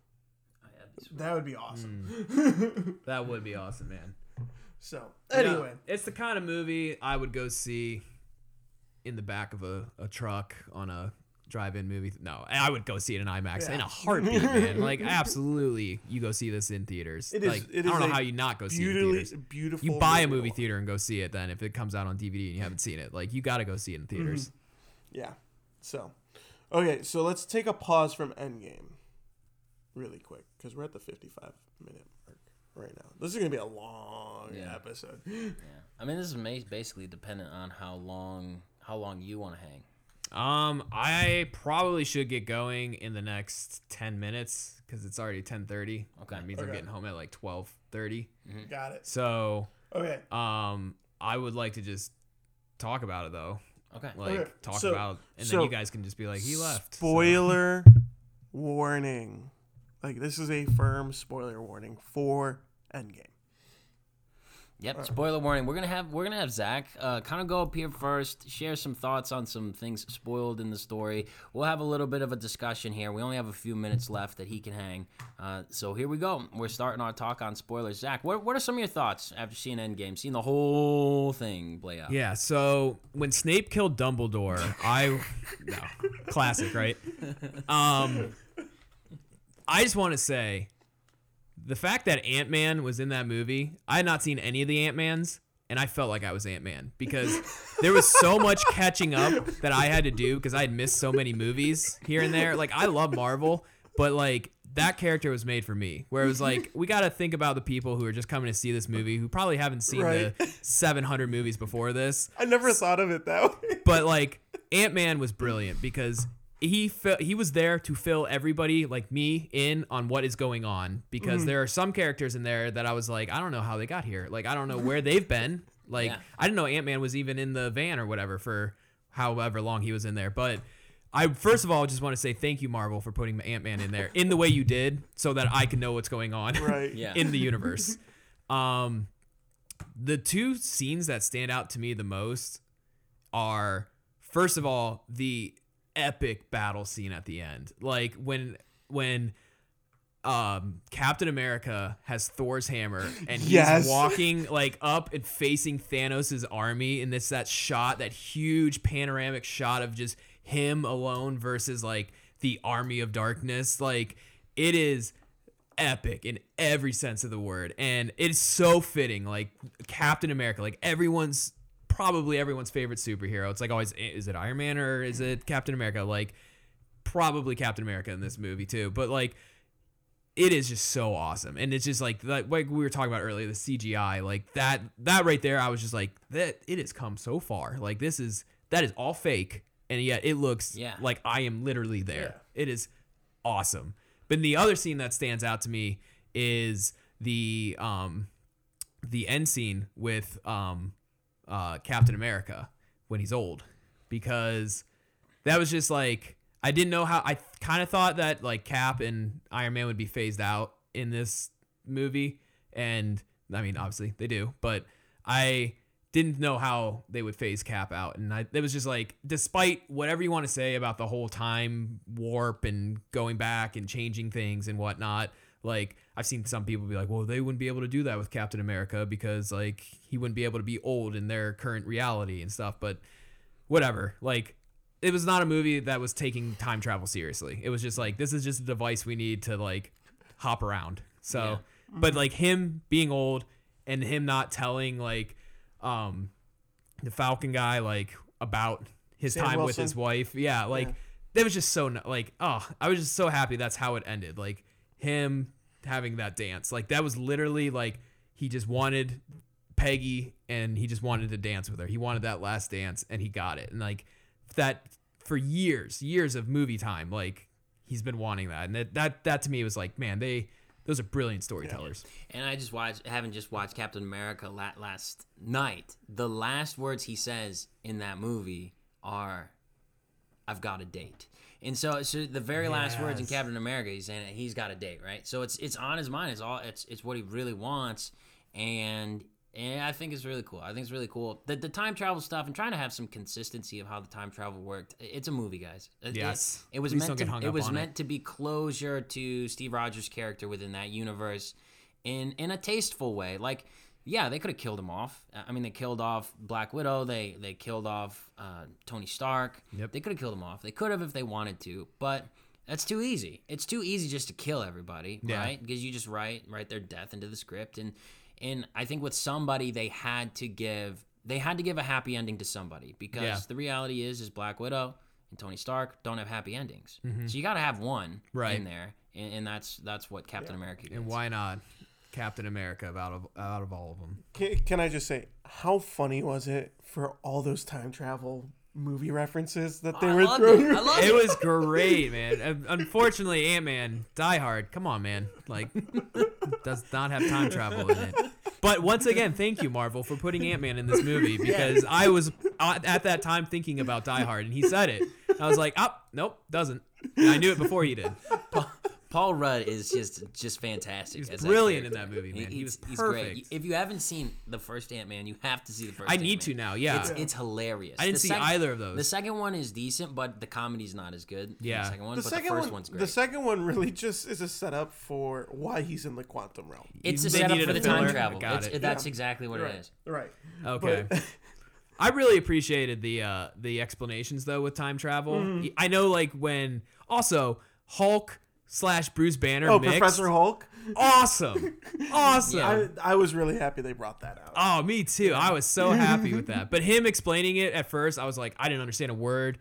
B: That would be awesome.
C: That would be awesome, man.
B: <laughs> So,
C: Yeah.
B: anyway,
C: it's the kind of movie I would go see in the back of a, a truck on a drive-in movie. No, I would go see it in IMAX in a
B: Yeah. <laughs>
C: heartbeat, man. Like absolutely, you go see this in theaters.
B: It is-
C: like,
B: it is
C: I don't
B: a
C: know how you not go see it in theaters.
B: beautifully, beautiful.
C: You buy a
B: movie.
C: movie theater and go see it. Then if it comes out on DVD and you haven't seen it, like you got to go see it in
B: Mm-hmm.
C: theaters.
B: Yeah. So, okay, so let's take a pause from Endgame really quick because we're at the 55 minute mark right now. This is going to be a long
A: Yeah.
B: episode.
A: I mean, this is ma- basically dependent on how long how long you want to hang.
C: Um, I probably should get going in the next ten minutes because it's already ten thirty.
A: Okay.
C: that means I'm
B: Okay.
C: getting home at like twelve thirty.
B: <laughs> Got it.
C: So,
B: Okay.
C: um, I would like to just talk about it though,
A: Okay.
C: like
B: Okay,
C: talk
B: so-
C: about, and
B: so-
C: then you guys can just be like, he left. So-
B: Spoiler warning. Like, this is a firm spoiler warning for Endgame.
A: Yep. Spoiler warning. We're gonna have we're gonna have Zach uh, kind of go up here first, share some thoughts on some things spoiled in the story. We'll have a little bit of a discussion here. We only have a few minutes left that he can hang. Uh, so here we go. We're starting our talk on spoilers. Zach, what, what are some of your thoughts after seeing Endgame, seeing the whole thing play out?
C: Yeah, so when Snape killed Dumbledore, I no, classic, right? Um I just want to say the fact that Ant-Man was in that movie, I had not seen any of the Ant-Mans and I felt like I was Ant-Man because there was so much catching up that I had to do because I had missed so many movies here and there. Like I love Marvel, but like that character was made for me. Where it was like we got to think about the people who are just coming to see this movie who probably haven't seen
B: Right.
C: the 700 movies before this.
B: I never thought of
A: <laughs>
B: it that way.
C: But like Ant Man was brilliant because he fi- he was there to fill everybody like me in on what is going on because there are some characters in there that I was like I don't know how they got here like I don't know where they've been like
A: Yeah.
C: I didn't know Ant Man was even in the van or whatever for however long he was in there but. I first of all just want to say thank you, Marvel, for putting Ant Man in there in the way you did, so that I can know what's going on
B: Right.
A: Yeah.
C: in the universe. um, the two scenes that stand out to me the most are, first of all, the epic battle scene at the end. Like when when um Captain America has Thor's hammer and he's
B: Yes.
C: walking like up and facing Thanos' army and it's that shot, that huge panoramic shot of just him alone versus like the army of darkness. Like it is epic in every sense of the word and it's so fitting like captain america like everyone's probably everyone's favorite superhero it's like always "Eh, is it iron man or is it captain america like probably captain america in this movie too but like it is just so awesome and it's just like like like we were talking about earlier the cgi like that that right there i was just like that it has come so far like this is that is all fake and yet it looks
A: Yeah.
C: like i am literally there it is awesome but the other scene that stands out to me is the um the end scene with um uh captain america when he's old because that was just like I didn't know how I kind of thought that like Cap and Iron Man would be phased out in this movie and I mean obviously they do but I didn't know how they would phase Cap out and I it was just like despite whatever you want to say about the whole time warp and going back and changing things and whatnot like I've seen some people be like well they wouldn't be able to do that with Captain America because like he wouldn't be able to be old in their current reality and stuff but whatever. Like it was not a movie that was taking time travel seriously. It was just like this is just a device we need to like hop around. So but like him being old and him not telling like um the Falcon guy like about his
B: Sam
C: time with
B: Wilson.
C: his wife. Yeah, like that was just so n- like oh, I was just so happy that's how it ended. Like him having that dance. Like that was literally like he just wanted Peggy and he just wanted to dance with her. He wanted that last dance and he got it. And like that for years, years of movie time. Like he's been wanting that, and that that, that to me was like, man, they those are brilliant storytellers.
A: And I just watched, haven't just watched Captain America la- last night. The last words he says in that movie are, "I've got a date." And so, so the very last words in
C: Yes.
A: Captain America, he's saying that he's got a date, right? So it's it's on his mind. It's all it's it's what he really wants, and and I think it's really cool. I think it's really cool the the time travel stuff and trying to have some consistency of how the time travel worked. It's a movie, guys. Uh, It- it-
C: Yes.
A: it, was
C: Please
A: meant
C: don't get
A: to
C: hung
A: it
C: up
A: was
C: on it.
A: meant meant to be closure to Steve Rogers' character within that universe in in a tasteful way. Like, yeah, they could have killed him off. I I mean, they killed off Black Widow. They they killed off uh, Tony Stark.
C: Yep.
A: They could have killed him off. They could have if they wanted to, but that's too easy. It's too easy just to kill everybody,
C: Yeah.
A: right? Because you just write write their death into the script and and I think with somebody they had to give they had to give a happy ending to somebody because
C: Yeah.
A: the reality is is Black Widow and Tony Stark don't have happy endings. So you got to have one
C: Mm-hmm. Right.
A: in there, and, and that's that's what Captain America. Gets.
C: And why not Captain America of- out of out of all of them?
B: Can, can I just say how funny was it for all those time travel movie references that they
A: I
B: were
A: loved
B: throwing?
A: it. I loved
C: <laughs> It
A: it. <laughs>
C: was great, man. Un- Unfortunately, Ant Man, Die Hard. Come on, man. Like, does not have time travel in it. But once again, thank you, Marvel, for putting Ant Man in this movie because I was uh, at that time thinking about Die Hard, and he said it. I was like, oh, nope, doesn't. And I knew it before he did.
A: Paul Rudd is just just fantastic. He's
C: Brilliant in that movie, man. He was
A: he's
C: perfect.
A: great. If you haven't seen the first Ant Man, you have to see the first.
C: I need
A: Ant-Man.
C: to now. Yeah,
A: It's, it's hilarious.
C: I didn't
A: The
C: see
A: sec-
C: either of those.
A: The second one is decent, but the comedy's not as good. in
C: Yeah.
A: the second one,
B: The
A: but
B: second
A: the first
B: one,
A: one's great.
B: the second one really just is a setup for why he's in the quantum realm.
A: it's a
C: They
A: setup
C: needed
A: for
C: a
A: the time
C: filler.
A: travel.
C: Got
A: It's-
C: it.
A: That's exactly what it is.
B: Right.
C: Okay. I really appreciated the uh the explanations though with time travel.
B: Mm-hmm.
C: I know like when also Hulk slash Bruce Banner
B: Oh,
C: mixed.
B: Professor Hulk. <laughs>
C: Awesome. Awesome.
B: I, I was really happy they brought that out.
C: Oh, me too. I was so happy with that. But him explaining it at first, I was like, I didn't understand a word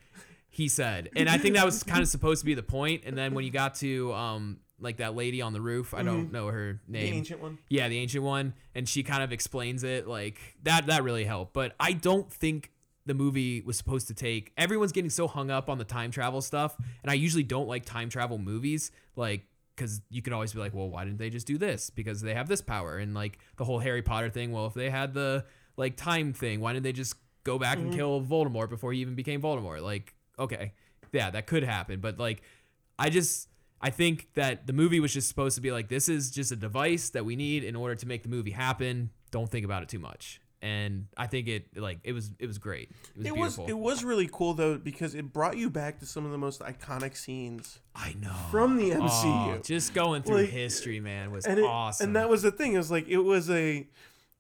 C: he said. And I think that was kind of supposed to be the point. And then when you got to um like that lady on the roof, I don't know her
B: Mm-hmm. the
C: name.
B: ancient one.
C: Yeah, the ancient one, and she kind of explains it like that. That really helped, but I don't think the movie was supposed to take. Everyone's getting so hung up on the time travel stuff, and I usually don't like time travel movies, like because you could always be like, well, why didn't they just do this? Because they have this power, and like the whole Harry Potter thing. Well, if they had the like time thing, why didn't they just go back and kill Voldemort before he even became Voldemort? Like, okay, yeah, that could happen, but like I just I think that the movie was just supposed to be like this is just a device that we need in order to make the movie happen. Don't think about it too much. And I think it like it was it was great. It was
B: It was
C: beautiful.
B: it was really cool though because it brought you back to some of the most iconic scenes
C: I know.
B: from the
C: Oh,
B: MCU.
C: just going through
B: Like,
C: history, man, was
B: and it,
C: awesome.
B: And that was the thing. It was like it was a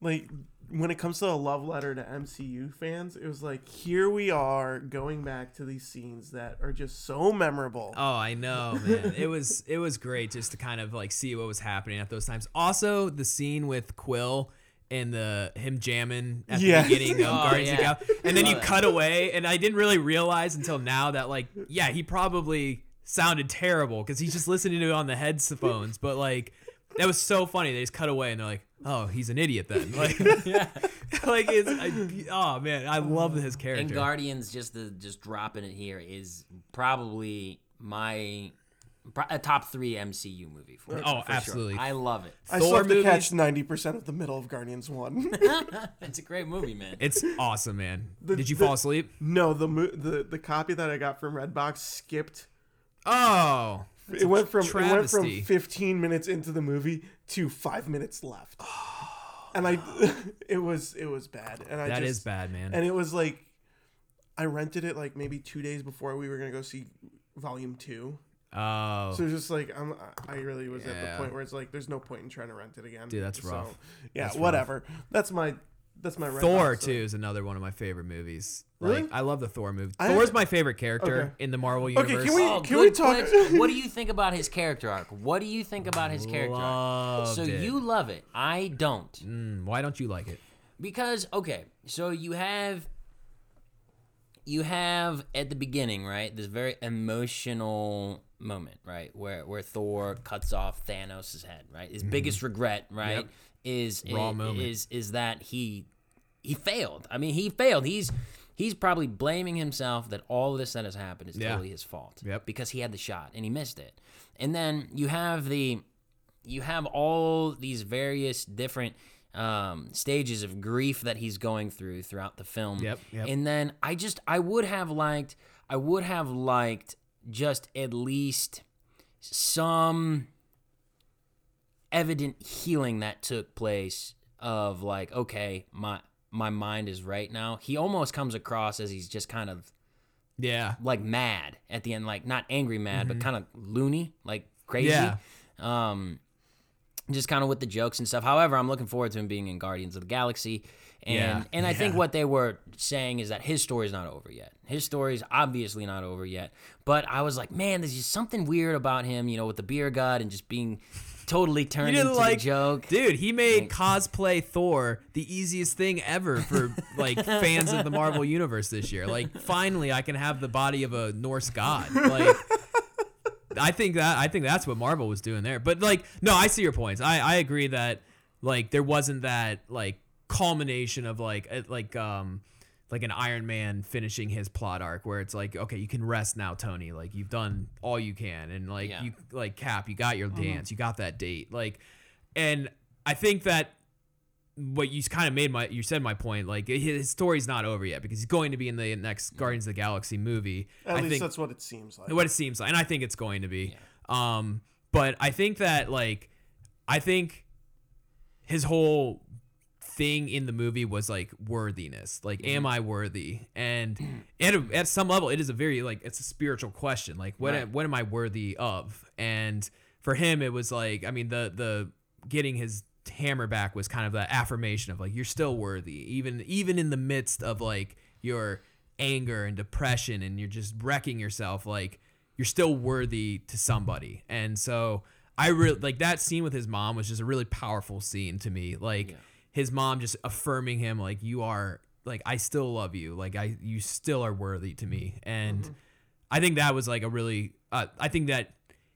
B: like when it comes to a love letter to MCU fans, it was like here we are going back to these scenes that are just so memorable.
C: Oh, I know, man. It
A: <laughs>
C: was it was great just to kind of like see what was happening at those times. Also, the scene with Quill and the him jamming at
B: Yes.
C: the beginning
A: <laughs>
C: of
A: Oh,
C: Guardians of the
A: yeah.
C: Galaxy, and then you
A: Love it.
C: cut away, and I didn't really realize until now that like yeah, he probably sounded terrible because he's just listening to it on the headphones, but like. That was so funny. They just cut away and they're like, "Oh, he's an idiot then." <laughs> Like,
A: <laughs>
C: like it's I, oh man, I love his character.
A: And Guardians, just the just dropping it here is probably my pro- a top three MCU movie for me.
C: Oh,
A: for sure.
C: absolutely.
A: I love it.
B: I
C: Thor
B: still have to
C: movies-
B: catch ninety percent of the middle of Guardians One. <laughs>
A: It's a great movie, man.
C: it's awesome, man. Did you
B: the-
C: fall asleep?
B: no, the mo- the the copy that I got from Redbox skipped.
C: Oh,
B: It went from it went
C: travesty.
B: from fifteen minutes into the movie to five minutes
C: <sighs>
B: left. And I, <laughs> it was it was bad. And I
C: That is
B: just,
C: bad, man.
B: and it was like I rented it like maybe two days before we were gonna go see Volume Two.
C: oh,
B: So it's just like I'm, I really was at
C: Yeah.
B: the point where it's like there's no point in trying to rent it again.
C: Dude, that's
B: So,
C: rough.
B: yeah, whatever. That's my that's my red
C: Thor
B: box, so-
C: too is another one of my favorite movies.
B: Really?
C: Like I love the Thor movie.
B: I
C: Thor's
B: haven't-
C: my favorite character
B: Okay.
C: in the Marvel
B: Okay,
C: universe.
B: can we
A: Oh,
B: can
A: good
B: we talk?
A: question. what do you think about his character arc? What do you think about his character arc?
C: Loved
A: So
C: it.
A: you love it. I don't.
C: Mm, why don't you like it?
A: Because okay, so you have you have at the beginning, right? This very emotional moment, right? Where where Thor cuts off Thanos' head, right? His biggest regret, right,
C: Mm-hmm. Yep.
A: is
C: Raw
A: is,
C: moment.
A: is is that he he failed. I mean, he failed. He's He's probably blaming himself that all of this that has happened is
C: Yeah.
A: totally his fault.
C: Yep.
A: Because he had the shot and he missed it. And then you have the you have all these various different um, stages of grief that he's going through throughout the film.
C: Yep, yep.
A: And then I just I would have liked I would have liked just at least some evident healing that took place of like okay my my mind is right now he almost comes across as he's just kind of
C: Yeah. Mm-hmm.
A: like mad at the end like not angry mad but kind of loony like crazy
C: Yeah.
A: um just kind of with the jokes and stuff however i'm looking forward to him being in guardians of the galaxy and
C: Yeah,
A: and i think
C: yeah.
A: what they were saying is that his story's not over yet his story's obviously not over yet but i was like man there's just something weird about him you know with the beer gut and just being totally turned into the joke
C: Dude, he made cosplay Thor the easiest thing ever for like fans of the Marvel universe this year. Like finally I can have the body of a Norse god. Like I think that I think that's what Marvel was doing there. But like no, I see your points. I I agree that like there wasn't that like culmination of like uh, like um like an Iron Man finishing his plot arc where it's like okay, you can rest now, Tony. Like you've done all you can and like
A: Yeah.
C: you like Cap, you got your dance, you got that date. Like and I think that what you kind of made my you said my point like his story's not over yet because he's going to be in the next Guardians of the Galaxy movie.
B: At
C: I
B: least
C: think
B: that's what it seems like.
C: what it seems like, and I think it's going to be. Um, but I think that like, I think his whole thing in the movie was like worthiness, like,
B: Mm-hmm.
C: am I worthy?
B: <clears throat>
C: And at a, at some level, it is a very like it's a spiritual question, like what
A: Right.
C: what am I worthy of? And for him, it was like, I mean, the the getting his hammer back was kind of that affirmation of like you're still worthy, even even in the midst of like your anger and depression and you're just wrecking yourself like you're still worthy to somebody. And so I really like that scene with his mom was just a really powerful scene to me. Like his mom just affirming him like you are like I still love you. Like I you still are worthy to me. And I think that was like a really uh, I think that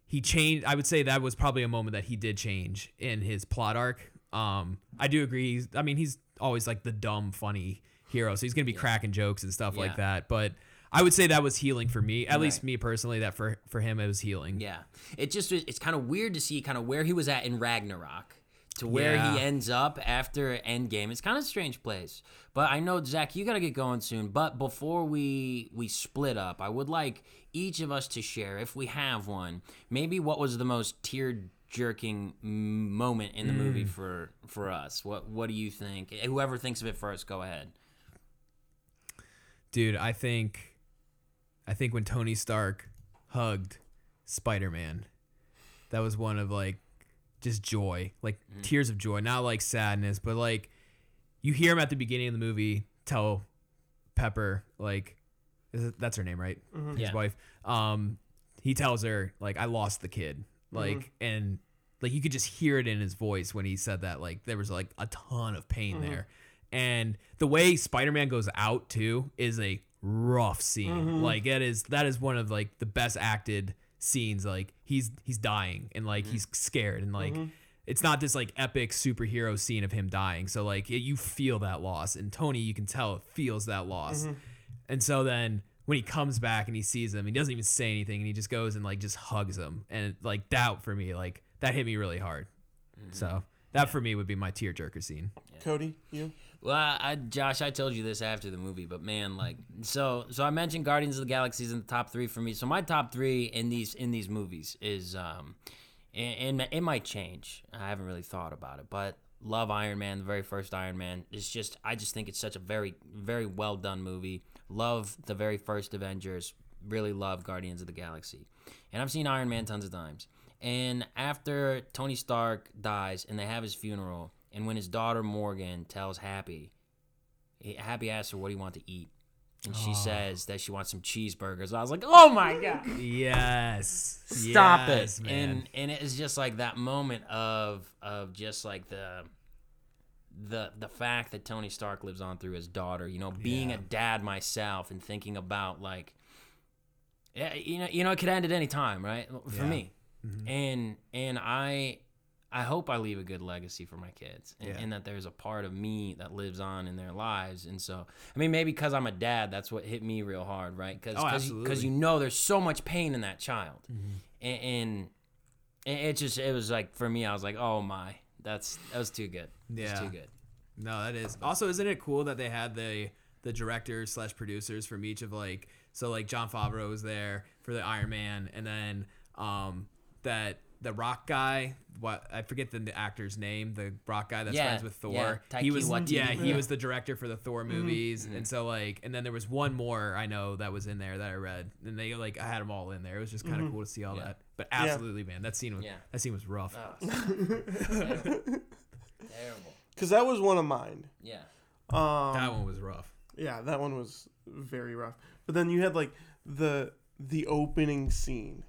C: he changed I would say that was probably a moment that he did change in his plot arc. Um I do agree. He's, I mean he's always like the dumb funny hero. So he's going to be cracking jokes and stuff like
A: Yeah.
C: that, but I would say that was healing for me, at least me personally. That for for him, it was healing.
A: Yeah, it just it's kind of weird to see kind of where he was at in Ragnarok to where he
C: Yeah.
A: ends up after Endgame. It's kind of a strange place, but I know Zach, you gotta get going soon. But before we we split up, I would like each of us to share, if we have one, maybe what was the most tear jerking moment in the movie for for us. What what do you think? Whoever thinks of it first, go ahead.
C: Dude, I think, I think when Tony Stark hugged Spider Man, that was one of like just joy, like tears of joy, not like sadness, but like you hear him at the beginning of the movie tell Pepper like, is it, that's her name, right? His
A: Yeah.
C: wife. Um, he tells her like, I lost the kid, like, and like you could just hear it in his voice when he said that. Like there was like a ton of pain there, and the way Spider Man goes out too is a rough scene. Like it is that is one of like the best acted scenes. Like he's he's dying and like he's scared and like. It's not this like epic superhero scene of him dying. So like it, you feel that loss, and Tony, you can tell, feels that loss. And so then when he comes back and he sees him, he doesn't even say anything and he just goes and like just hugs him. And like that for me, like that hit me really hard. So that for me would be my tearjerker scene.
B: Cody, you? <laughs>
A: Well, I, I- Josh, I told you this after the movie, but man, like, so, so I mentioned Guardians of the Galaxy is in the top three for me. So my top three in these in these movies is, um, and, and it might change. I haven't really thought about it, but love Iron Man, the very first Iron Man. It's just, I just think it's such a very, very well done movie. Love the very first Avengers. Really love Guardians of the Galaxy, and I've seen Iron Man tons of times. And after Tony Stark dies and they have his funeral, and when his daughter Morgan tells Happy, he- Happy asks her what do you want to eat, and she says that she wants some cheeseburgers. I was like, oh my god,
C: Yes.
A: stop
C: Yes,
A: it!
C: Man.
A: And and it's just like that moment of of just like the the the fact that Tony Stark lives on through his daughter. You know, being
C: Yeah.
A: a dad myself and thinking about like
C: Mm-hmm.
A: yeah, you know, you know, it could end at any time, right? For
C: Yeah.
A: me, and and I, I hope I leave a good legacy for my kids, and,
C: Yeah.
A: and that there's a part of me that lives on in their lives. And so, I mean, maybe because I'm a dad, that's what hit me real hard, right? Because
C: Oh,
A: because
C: absolutely. Mm-hmm.
A: you know there's so much pain in that child, and, and and it just it was like for me, I was like, oh my, that's that was too good.
C: Yeah.
A: it's too good.
C: No, that is. Also, isn't it cool that they had the the directors slash producers from each of like so like John Favreau was there for the Iron Man, and then um that the Rock guy, what I forget the, the actor's name, the Rock guy that's
A: Yeah,
C: friends with Thor.
A: yeah, Mm-hmm.
C: he
A: Taika
C: was
A: Waititi.
C: yeah he
B: Yeah.
C: was the director for the Thor movies, and so like and then there was one more I know that was in there that I read, and they like I had them all in there. It was just kind of cool to see all
A: Mm-hmm. Yeah.
C: that. But absolutely, man, that scene was
A: Yeah.
C: that scene was rough.
A: Oh, terrible. terrible.
B: Because that was one of mine.
A: Yeah.
B: Um,
C: that one
A: <laughs>
C: was rough.
B: yeah, that one was very rough. But then you had like the the opening scene.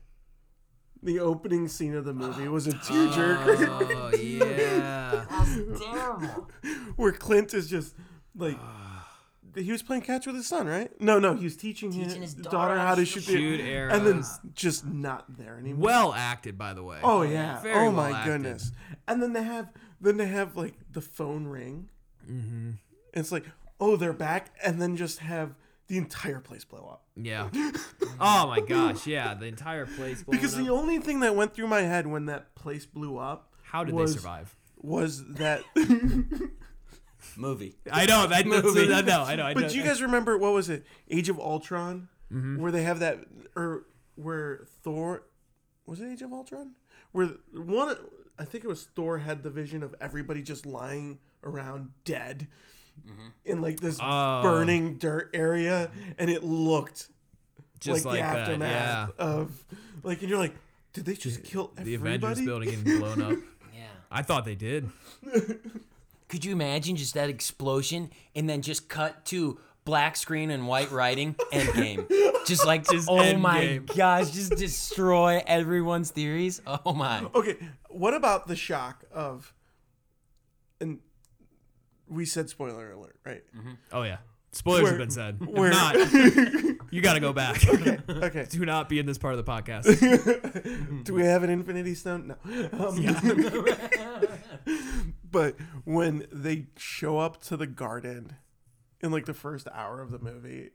B: The opening scene of the movie was a tearjerker
C: Oh yeah.
A: That's terrible.
B: where Clint is just
C: <sighs>
B: like he was playing catch with his son, right? No, no, he was teaching,
A: Teaching his
B: his, daughter how to shoot,
C: Shoot
B: the
C: arrows.
B: and then just not there anymore.
C: well acted, by the way.
B: Oh yeah.
C: Very
B: oh
C: well
B: my
C: acted.
B: goodness. And then they have then they have like the phone ring. Mm-hmm. It's like oh they're back, and then just have the entire place blow up. <laughs>
C: Yeah. Oh my gosh. Yeah. The entire place. Blown
B: Because the
C: up.
B: only thing that went through my head when that place blew up
C: How did
B: was,
C: they survive?
B: was that.
C: <laughs>
A: Movie.
C: I
B: <laughs>
C: know that movie. I know. I know. I know.
B: but do you guys remember what was it? Age of Ultron,
C: Mm-hmm.
B: where they have that or where Thor was it Age of Ultron? Where one I think it was Thor had the vision of everybody just lying around dead in like this
C: Oh.
B: burning dirt area, and it looked
C: just
B: like,
C: like,
B: the
C: that. Yeah.
B: aftermath of like, and you're like, did they just kill
C: The
B: everybody?
C: Avengers building getting
B: <laughs>
C: blown up.
A: Yeah.
C: I thought they did.
A: Could you imagine just that explosion and then just cut to black screen and white
C: <laughs>
A: writing? Endgame. Just like,
C: Just
A: oh my
C: Endgame.
A: gosh, just destroy everyone's theories. Oh my.
B: Okay, what about the shock of, and we said spoiler alert, right?
C: Oh yeah. Spoilers
B: Where-
C: have been said. If
B: where-
C: not, you got to go back.
B: <laughs> Okay, <laughs>
C: <laughs> Do not be in this part of the podcast.
B: do we have an Infinity Stone? No. Um, <laughs> but when they show up to the garden in like the first hour of the movie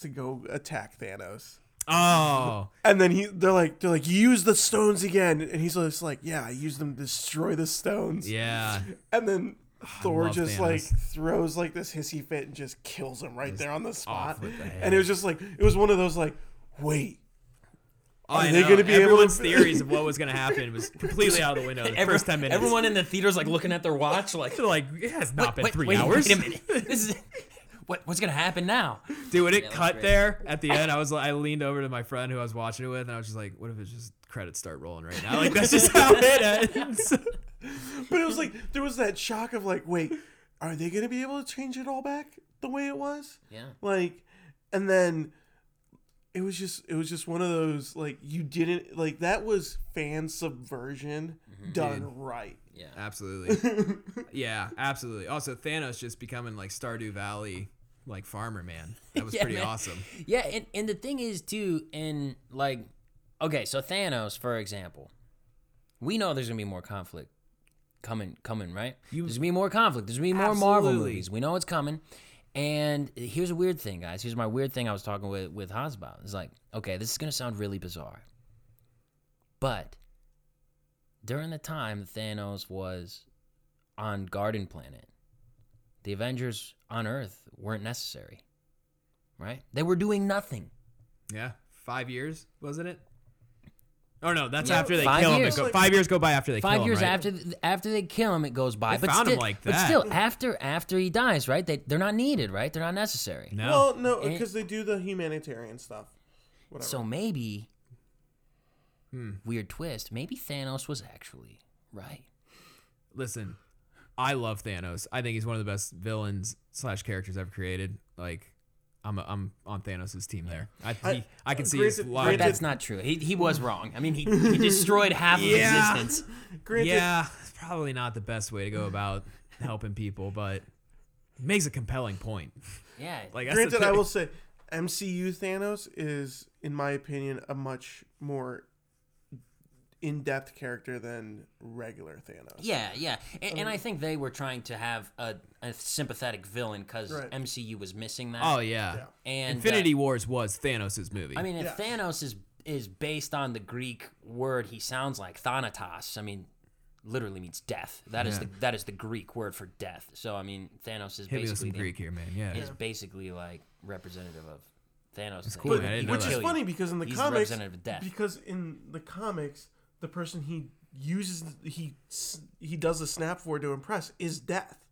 B: to go attack Thanos.
C: Oh,
B: And then he, they're like, they're like, use the stones again, and he's just like, yeah, I use them to destroy the stones.
C: yeah.
B: And then Thor
C: love
B: just
C: Thanos.
B: like throws like this hissy fit and just kills him right there on the spot.
C: off with the head.
B: And it was just like it was one of those like, wait,
C: Are
B: they gonna be able to- <laughs>
C: Oh, Everyone's theories of what was going to happen was completely out of the window. in The
A: Every-
C: first ten minutes.
A: Everyone in the theater's like looking at their watch, like,
C: They're like, it has not been
A: wait,
C: three
A: wait,
C: hours.
A: Wait a minute. This is, <laughs> what, what's going to happen now?
C: Dude, when it
A: that's
C: cut
A: great.
C: there at the end, I was like, I leaned over to my friend who I was watching it with, and I was just like, "What if it's just credits start rolling right now? Like
A: <laughs>
C: that's just how it ends."
B: but it was like there was that shock of like, wait, are they gonna be able to change it all back the way it was?
A: Yeah.
B: Like, and then it was just it was just one of those like you didn't like that was fan subversion done
C: Dude.
B: right.
A: Mm-hmm. Yeah.
C: absolutely, yeah, absolutely. Also, Thanos just becoming like Stardew Valley, like farmer man. That
A: <laughs>
C: was
A: Yeah,
C: pretty
A: man.
C: awesome.
A: Yeah, and, and the thing is too, in like okay, so Thanos, for example, we know there's gonna be more conflict coming coming, right? there's gonna be more conflict. There's gonna be more Marvel
C: Absolutely.
A: movies. We know it's coming. And here's a weird thing, guys. Here's my weird thing I was talking with with Haas about. It's like, okay, this is gonna sound really bizarre. But during the time that Thanos was on Garden Planet, the Avengers on Earth weren't necessary. Right? They were doing nothing.
C: Yeah, five years wasn't it? Oh no, that's
A: Yeah,
C: after they
A: five
C: kill
A: years.
C: him. They go, five years go by after they
A: Five
C: kill
A: years
C: him. right?
A: after th- after they kill him, it goes by.
C: They
A: but
C: found him
A: still,
C: like
A: but
C: that.
A: still, after after he dies, right? They they're not needed, right? They're not necessary.
C: no,
B: Well, no,
A: And-
B: because they do the humanitarian stuff. Whatever.
A: Eh. So maybe
C: Hmm.
A: weird twist. Maybe Thanos was actually right.
C: listen, I love Thanos. I think he's one of the best villains slash characters I've created. Like, I'm a, I'm on Thanos' team there. I he, I can see his
B: uh, granted-
C: logic.
A: But that's not true. He he was wrong. I mean, he,
C: <laughs>
A: he destroyed half of
C: Yeah.
A: existence.
B: Granted,
C: yeah, it's probably not the best way to go about helping people, but it makes a compelling point.
A: Yeah.
C: Like, that's the
B: granted, I
C: thing.
B: will say MCU Thanos is, in my opinion, a much more in-depth character than regular Thanos.
A: Yeah, yeah, and, and I
C: Um,
A: think they were trying to have a, a sympathetic villain because
B: Right.
A: MCU was missing that.
C: Oh yeah.
B: Yeah.
A: and uh,
C: Infinity Wars was Thanos' movie.
A: I mean, if
B: Yeah.
A: Thanos is is based on the Greek word, he sounds like Thanatos. I mean, literally means death. That is the that is the Greek word for death. So I mean, Thanos is
C: hit me with
A: basically
C: some
A: the-
C: Greek here, man. Yeah.
A: is basically like representative of Thanos. That's
C: cool, But- man. I didn't know
B: Which
C: that.
B: is funny because in the
A: He's the
B: comics,
A: representative of death.
B: because in the comics, the person he uses he s- he does a snap for to impress is death.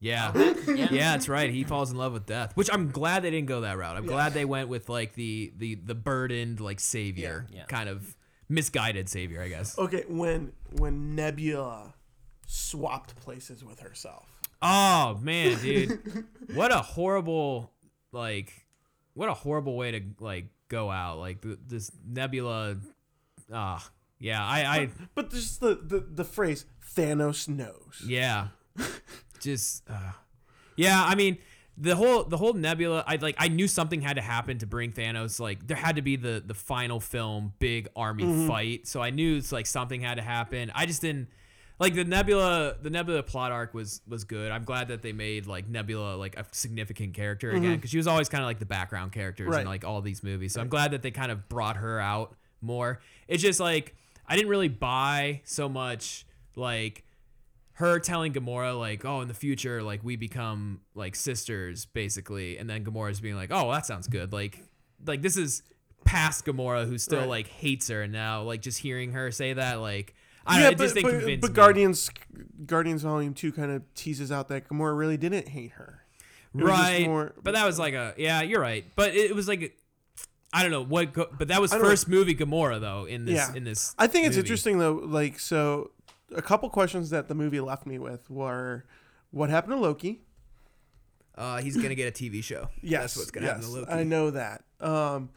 C: Yeah.
A: <laughs> Yeah.
C: yeah, that's right. He falls in love with death, which I'm glad they didn't go that route. I'm glad they went with like the the the burdened like savior,
A: Yeah. Yeah.
C: kind of misguided savior, I guess.
B: Okay, when when Nebula swapped places with herself.
C: Oh man, dude,
A: <laughs>
C: what a horrible like, what a horrible way to like go out. Like th- this Nebula. Ah, yeah, I, I,
B: But just the, the, the phrase Thanos knows.
C: yeah, <laughs> just, uh, yeah. I mean, the whole the whole Nebula. I like. I knew something had to happen to bring Thanos. Like there had to be the the final film big army fight. So I knew it's like something had to happen. I just didn't. Like the Nebula, the Nebula plot arc was was good. I'm glad that they made like Nebula like a significant character again because she was always kind of like the background characters in
B: Right.
C: like all these movies. So I'm glad that they kind of brought her out more. It's just like I didn't really buy so much like her telling Gamora like, "Oh, in the future, like we become like sisters, basically," and then Gamora's being like, "Oh, that sounds good." Like, like this is past Gamora, who still
B: Right.
C: like hates her, and now like just hearing her say that, like, I
B: yeah,
C: don't, know, it just
B: but,
C: didn't
B: but,
C: convince
B: but
C: me.
B: Guardians Guardians Volume Two kind of teases out that Gamora really didn't hate her. It was just
C: right?
B: more-
C: but that was like a yeah, you're right. But it, it was like. I don't know what, Go- but that was
B: don't know.
C: first movie Gamora though in this
B: Yeah.
C: in this.
B: I think it's
C: movie.
B: interesting though. Like, so a couple questions that the movie left me with were, what happened to Loki?
C: Uh, he's gonna get a TV
B: <laughs>
C: show.
B: Yes,
C: that's what's gonna happen to
B: yes,
C: Loki.
B: I know that. Um,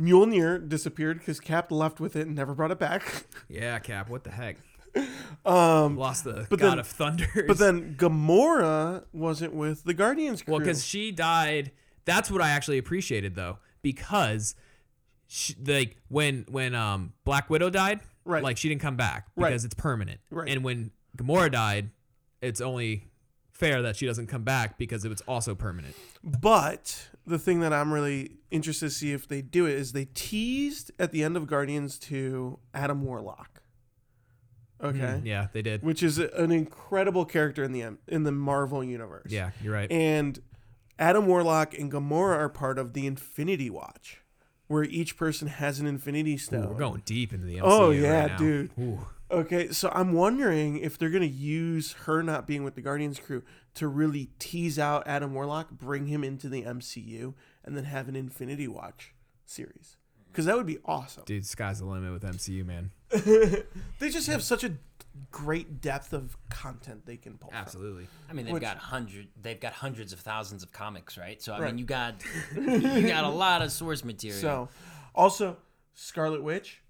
B: Mjolnir disappeared because Cap left with it and never brought it back. <laughs>
C: Yeah, Cap, what the heck?
B: Um,
C: Lost the
B: But
C: God
B: then-
C: of Thunder.
B: but then Gamora wasn't with the Guardians crew.
C: Well, because she died. That's what I actually appreciated though, because she, like when when um Black Widow died,
B: Right.
C: Like she didn't come back
B: Right.
C: because it's permanent.
B: Right.
C: And when Gamora died, it's only fair that she doesn't come back because it was also permanent.
B: But the thing that I'm really interested to see if they do it is they teased at the end of Guardians to Adam Warlock. Okay.
C: Yeah, they did.
B: Which is an incredible character in the M- in the Marvel universe.
C: Yeah, you're right.
B: And Adam Warlock and Gamora are part of the Infinity Watch, where each person has an Infinity Stone.
C: We're going deep into the MCU
B: Oh,
C: right
B: yeah,
C: now.
B: dude.
C: Ooh.
B: Okay, so I'm wondering if they're gonna use her not being with the Guardians crew to really tease out Adam Warlock, bring him into the MCU, and then have an Infinity Watch series.
C: Mm.
B: Because that would be awesome.
C: Dude, sky's the limit with MCU, man.
B: They just have such a great depth of content they can pull. from.
C: Absolutely.
A: I mean, they've
B: Which-
A: got hundred, they've got hundreds of thousands of comics, right? So I
B: Right.
A: mean, you got
B: <laughs>
A: you got a lot of source material.
B: So, also Scarlet Witch,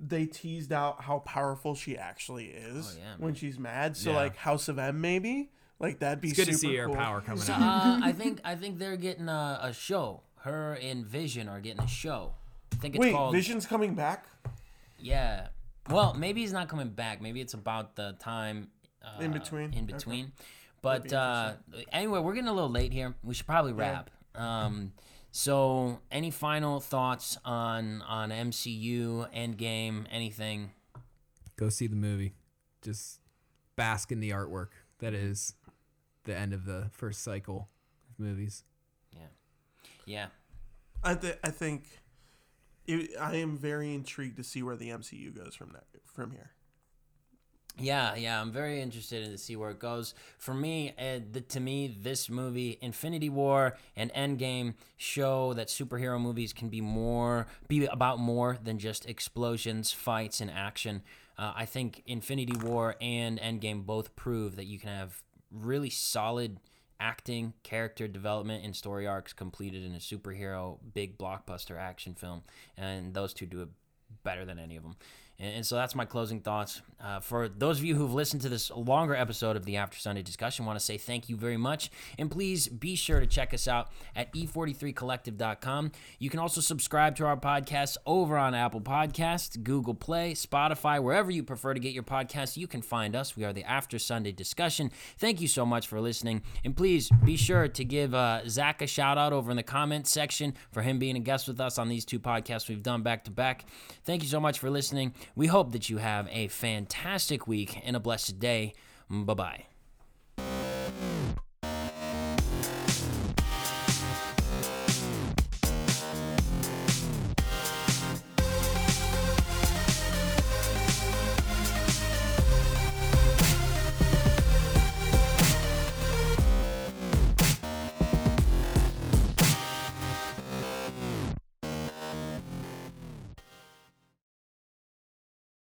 B: they teased out how powerful she actually is
A: Oh, yeah,
B: when she's mad. So
C: Yeah.
B: like House of M, maybe like that'd be
C: It's good to
B: super
C: see her
B: cool.
C: power coming out.
A: uh, I think I think they're getting a, a show. Her and Vision are getting a show. I think it's
B: Wait,
A: called
B: Vision's coming back.
A: Yeah. Well, maybe he's not coming back. Maybe it's about the time uh,
B: In between?
A: In
B: Okay.
A: between. But uh, anyway, we're getting a little late here. We should probably wrap. Um, so, any final thoughts on on MCU, Endgame, anything?
C: go see the movie. Just bask in the artwork that is the end of the first cycle of movies.
A: Yeah.
B: I th- I think it, I am very intrigued to see where the MCU goes from that, from here.
A: Yeah, yeah, I'm very interested in to see where it goes. For me, uh, the, to me, this movie, Infinity War and Endgame, show that superhero movies can be more, be about more than just explosions, fights, and action. Uh, I think Infinity War and Endgame both prove that you can have really solid acting, character development, and story arcs completed in a superhero big blockbuster action film, and those two do it better than any of them. And, and so that's my closing thoughts. Uh, for those of you who've listened to this longer episode of the After Sunday discussion, want to say thank you very much. And please be sure to check us out at e e43collective.com. You can also subscribe to our podcast over on Apple Podcasts, Google Play, Spotify, wherever you prefer to get your podcasts. You can find us. We are the After Sunday discussion. Thank you so much for listening. And please be sure to give uh, Zach a shout out over in the comments section for him being a guest with us on these two podcasts we've done back to back. Thank you so much for listening. We hope that you have a fantastic week and a blessed day. Bye bye.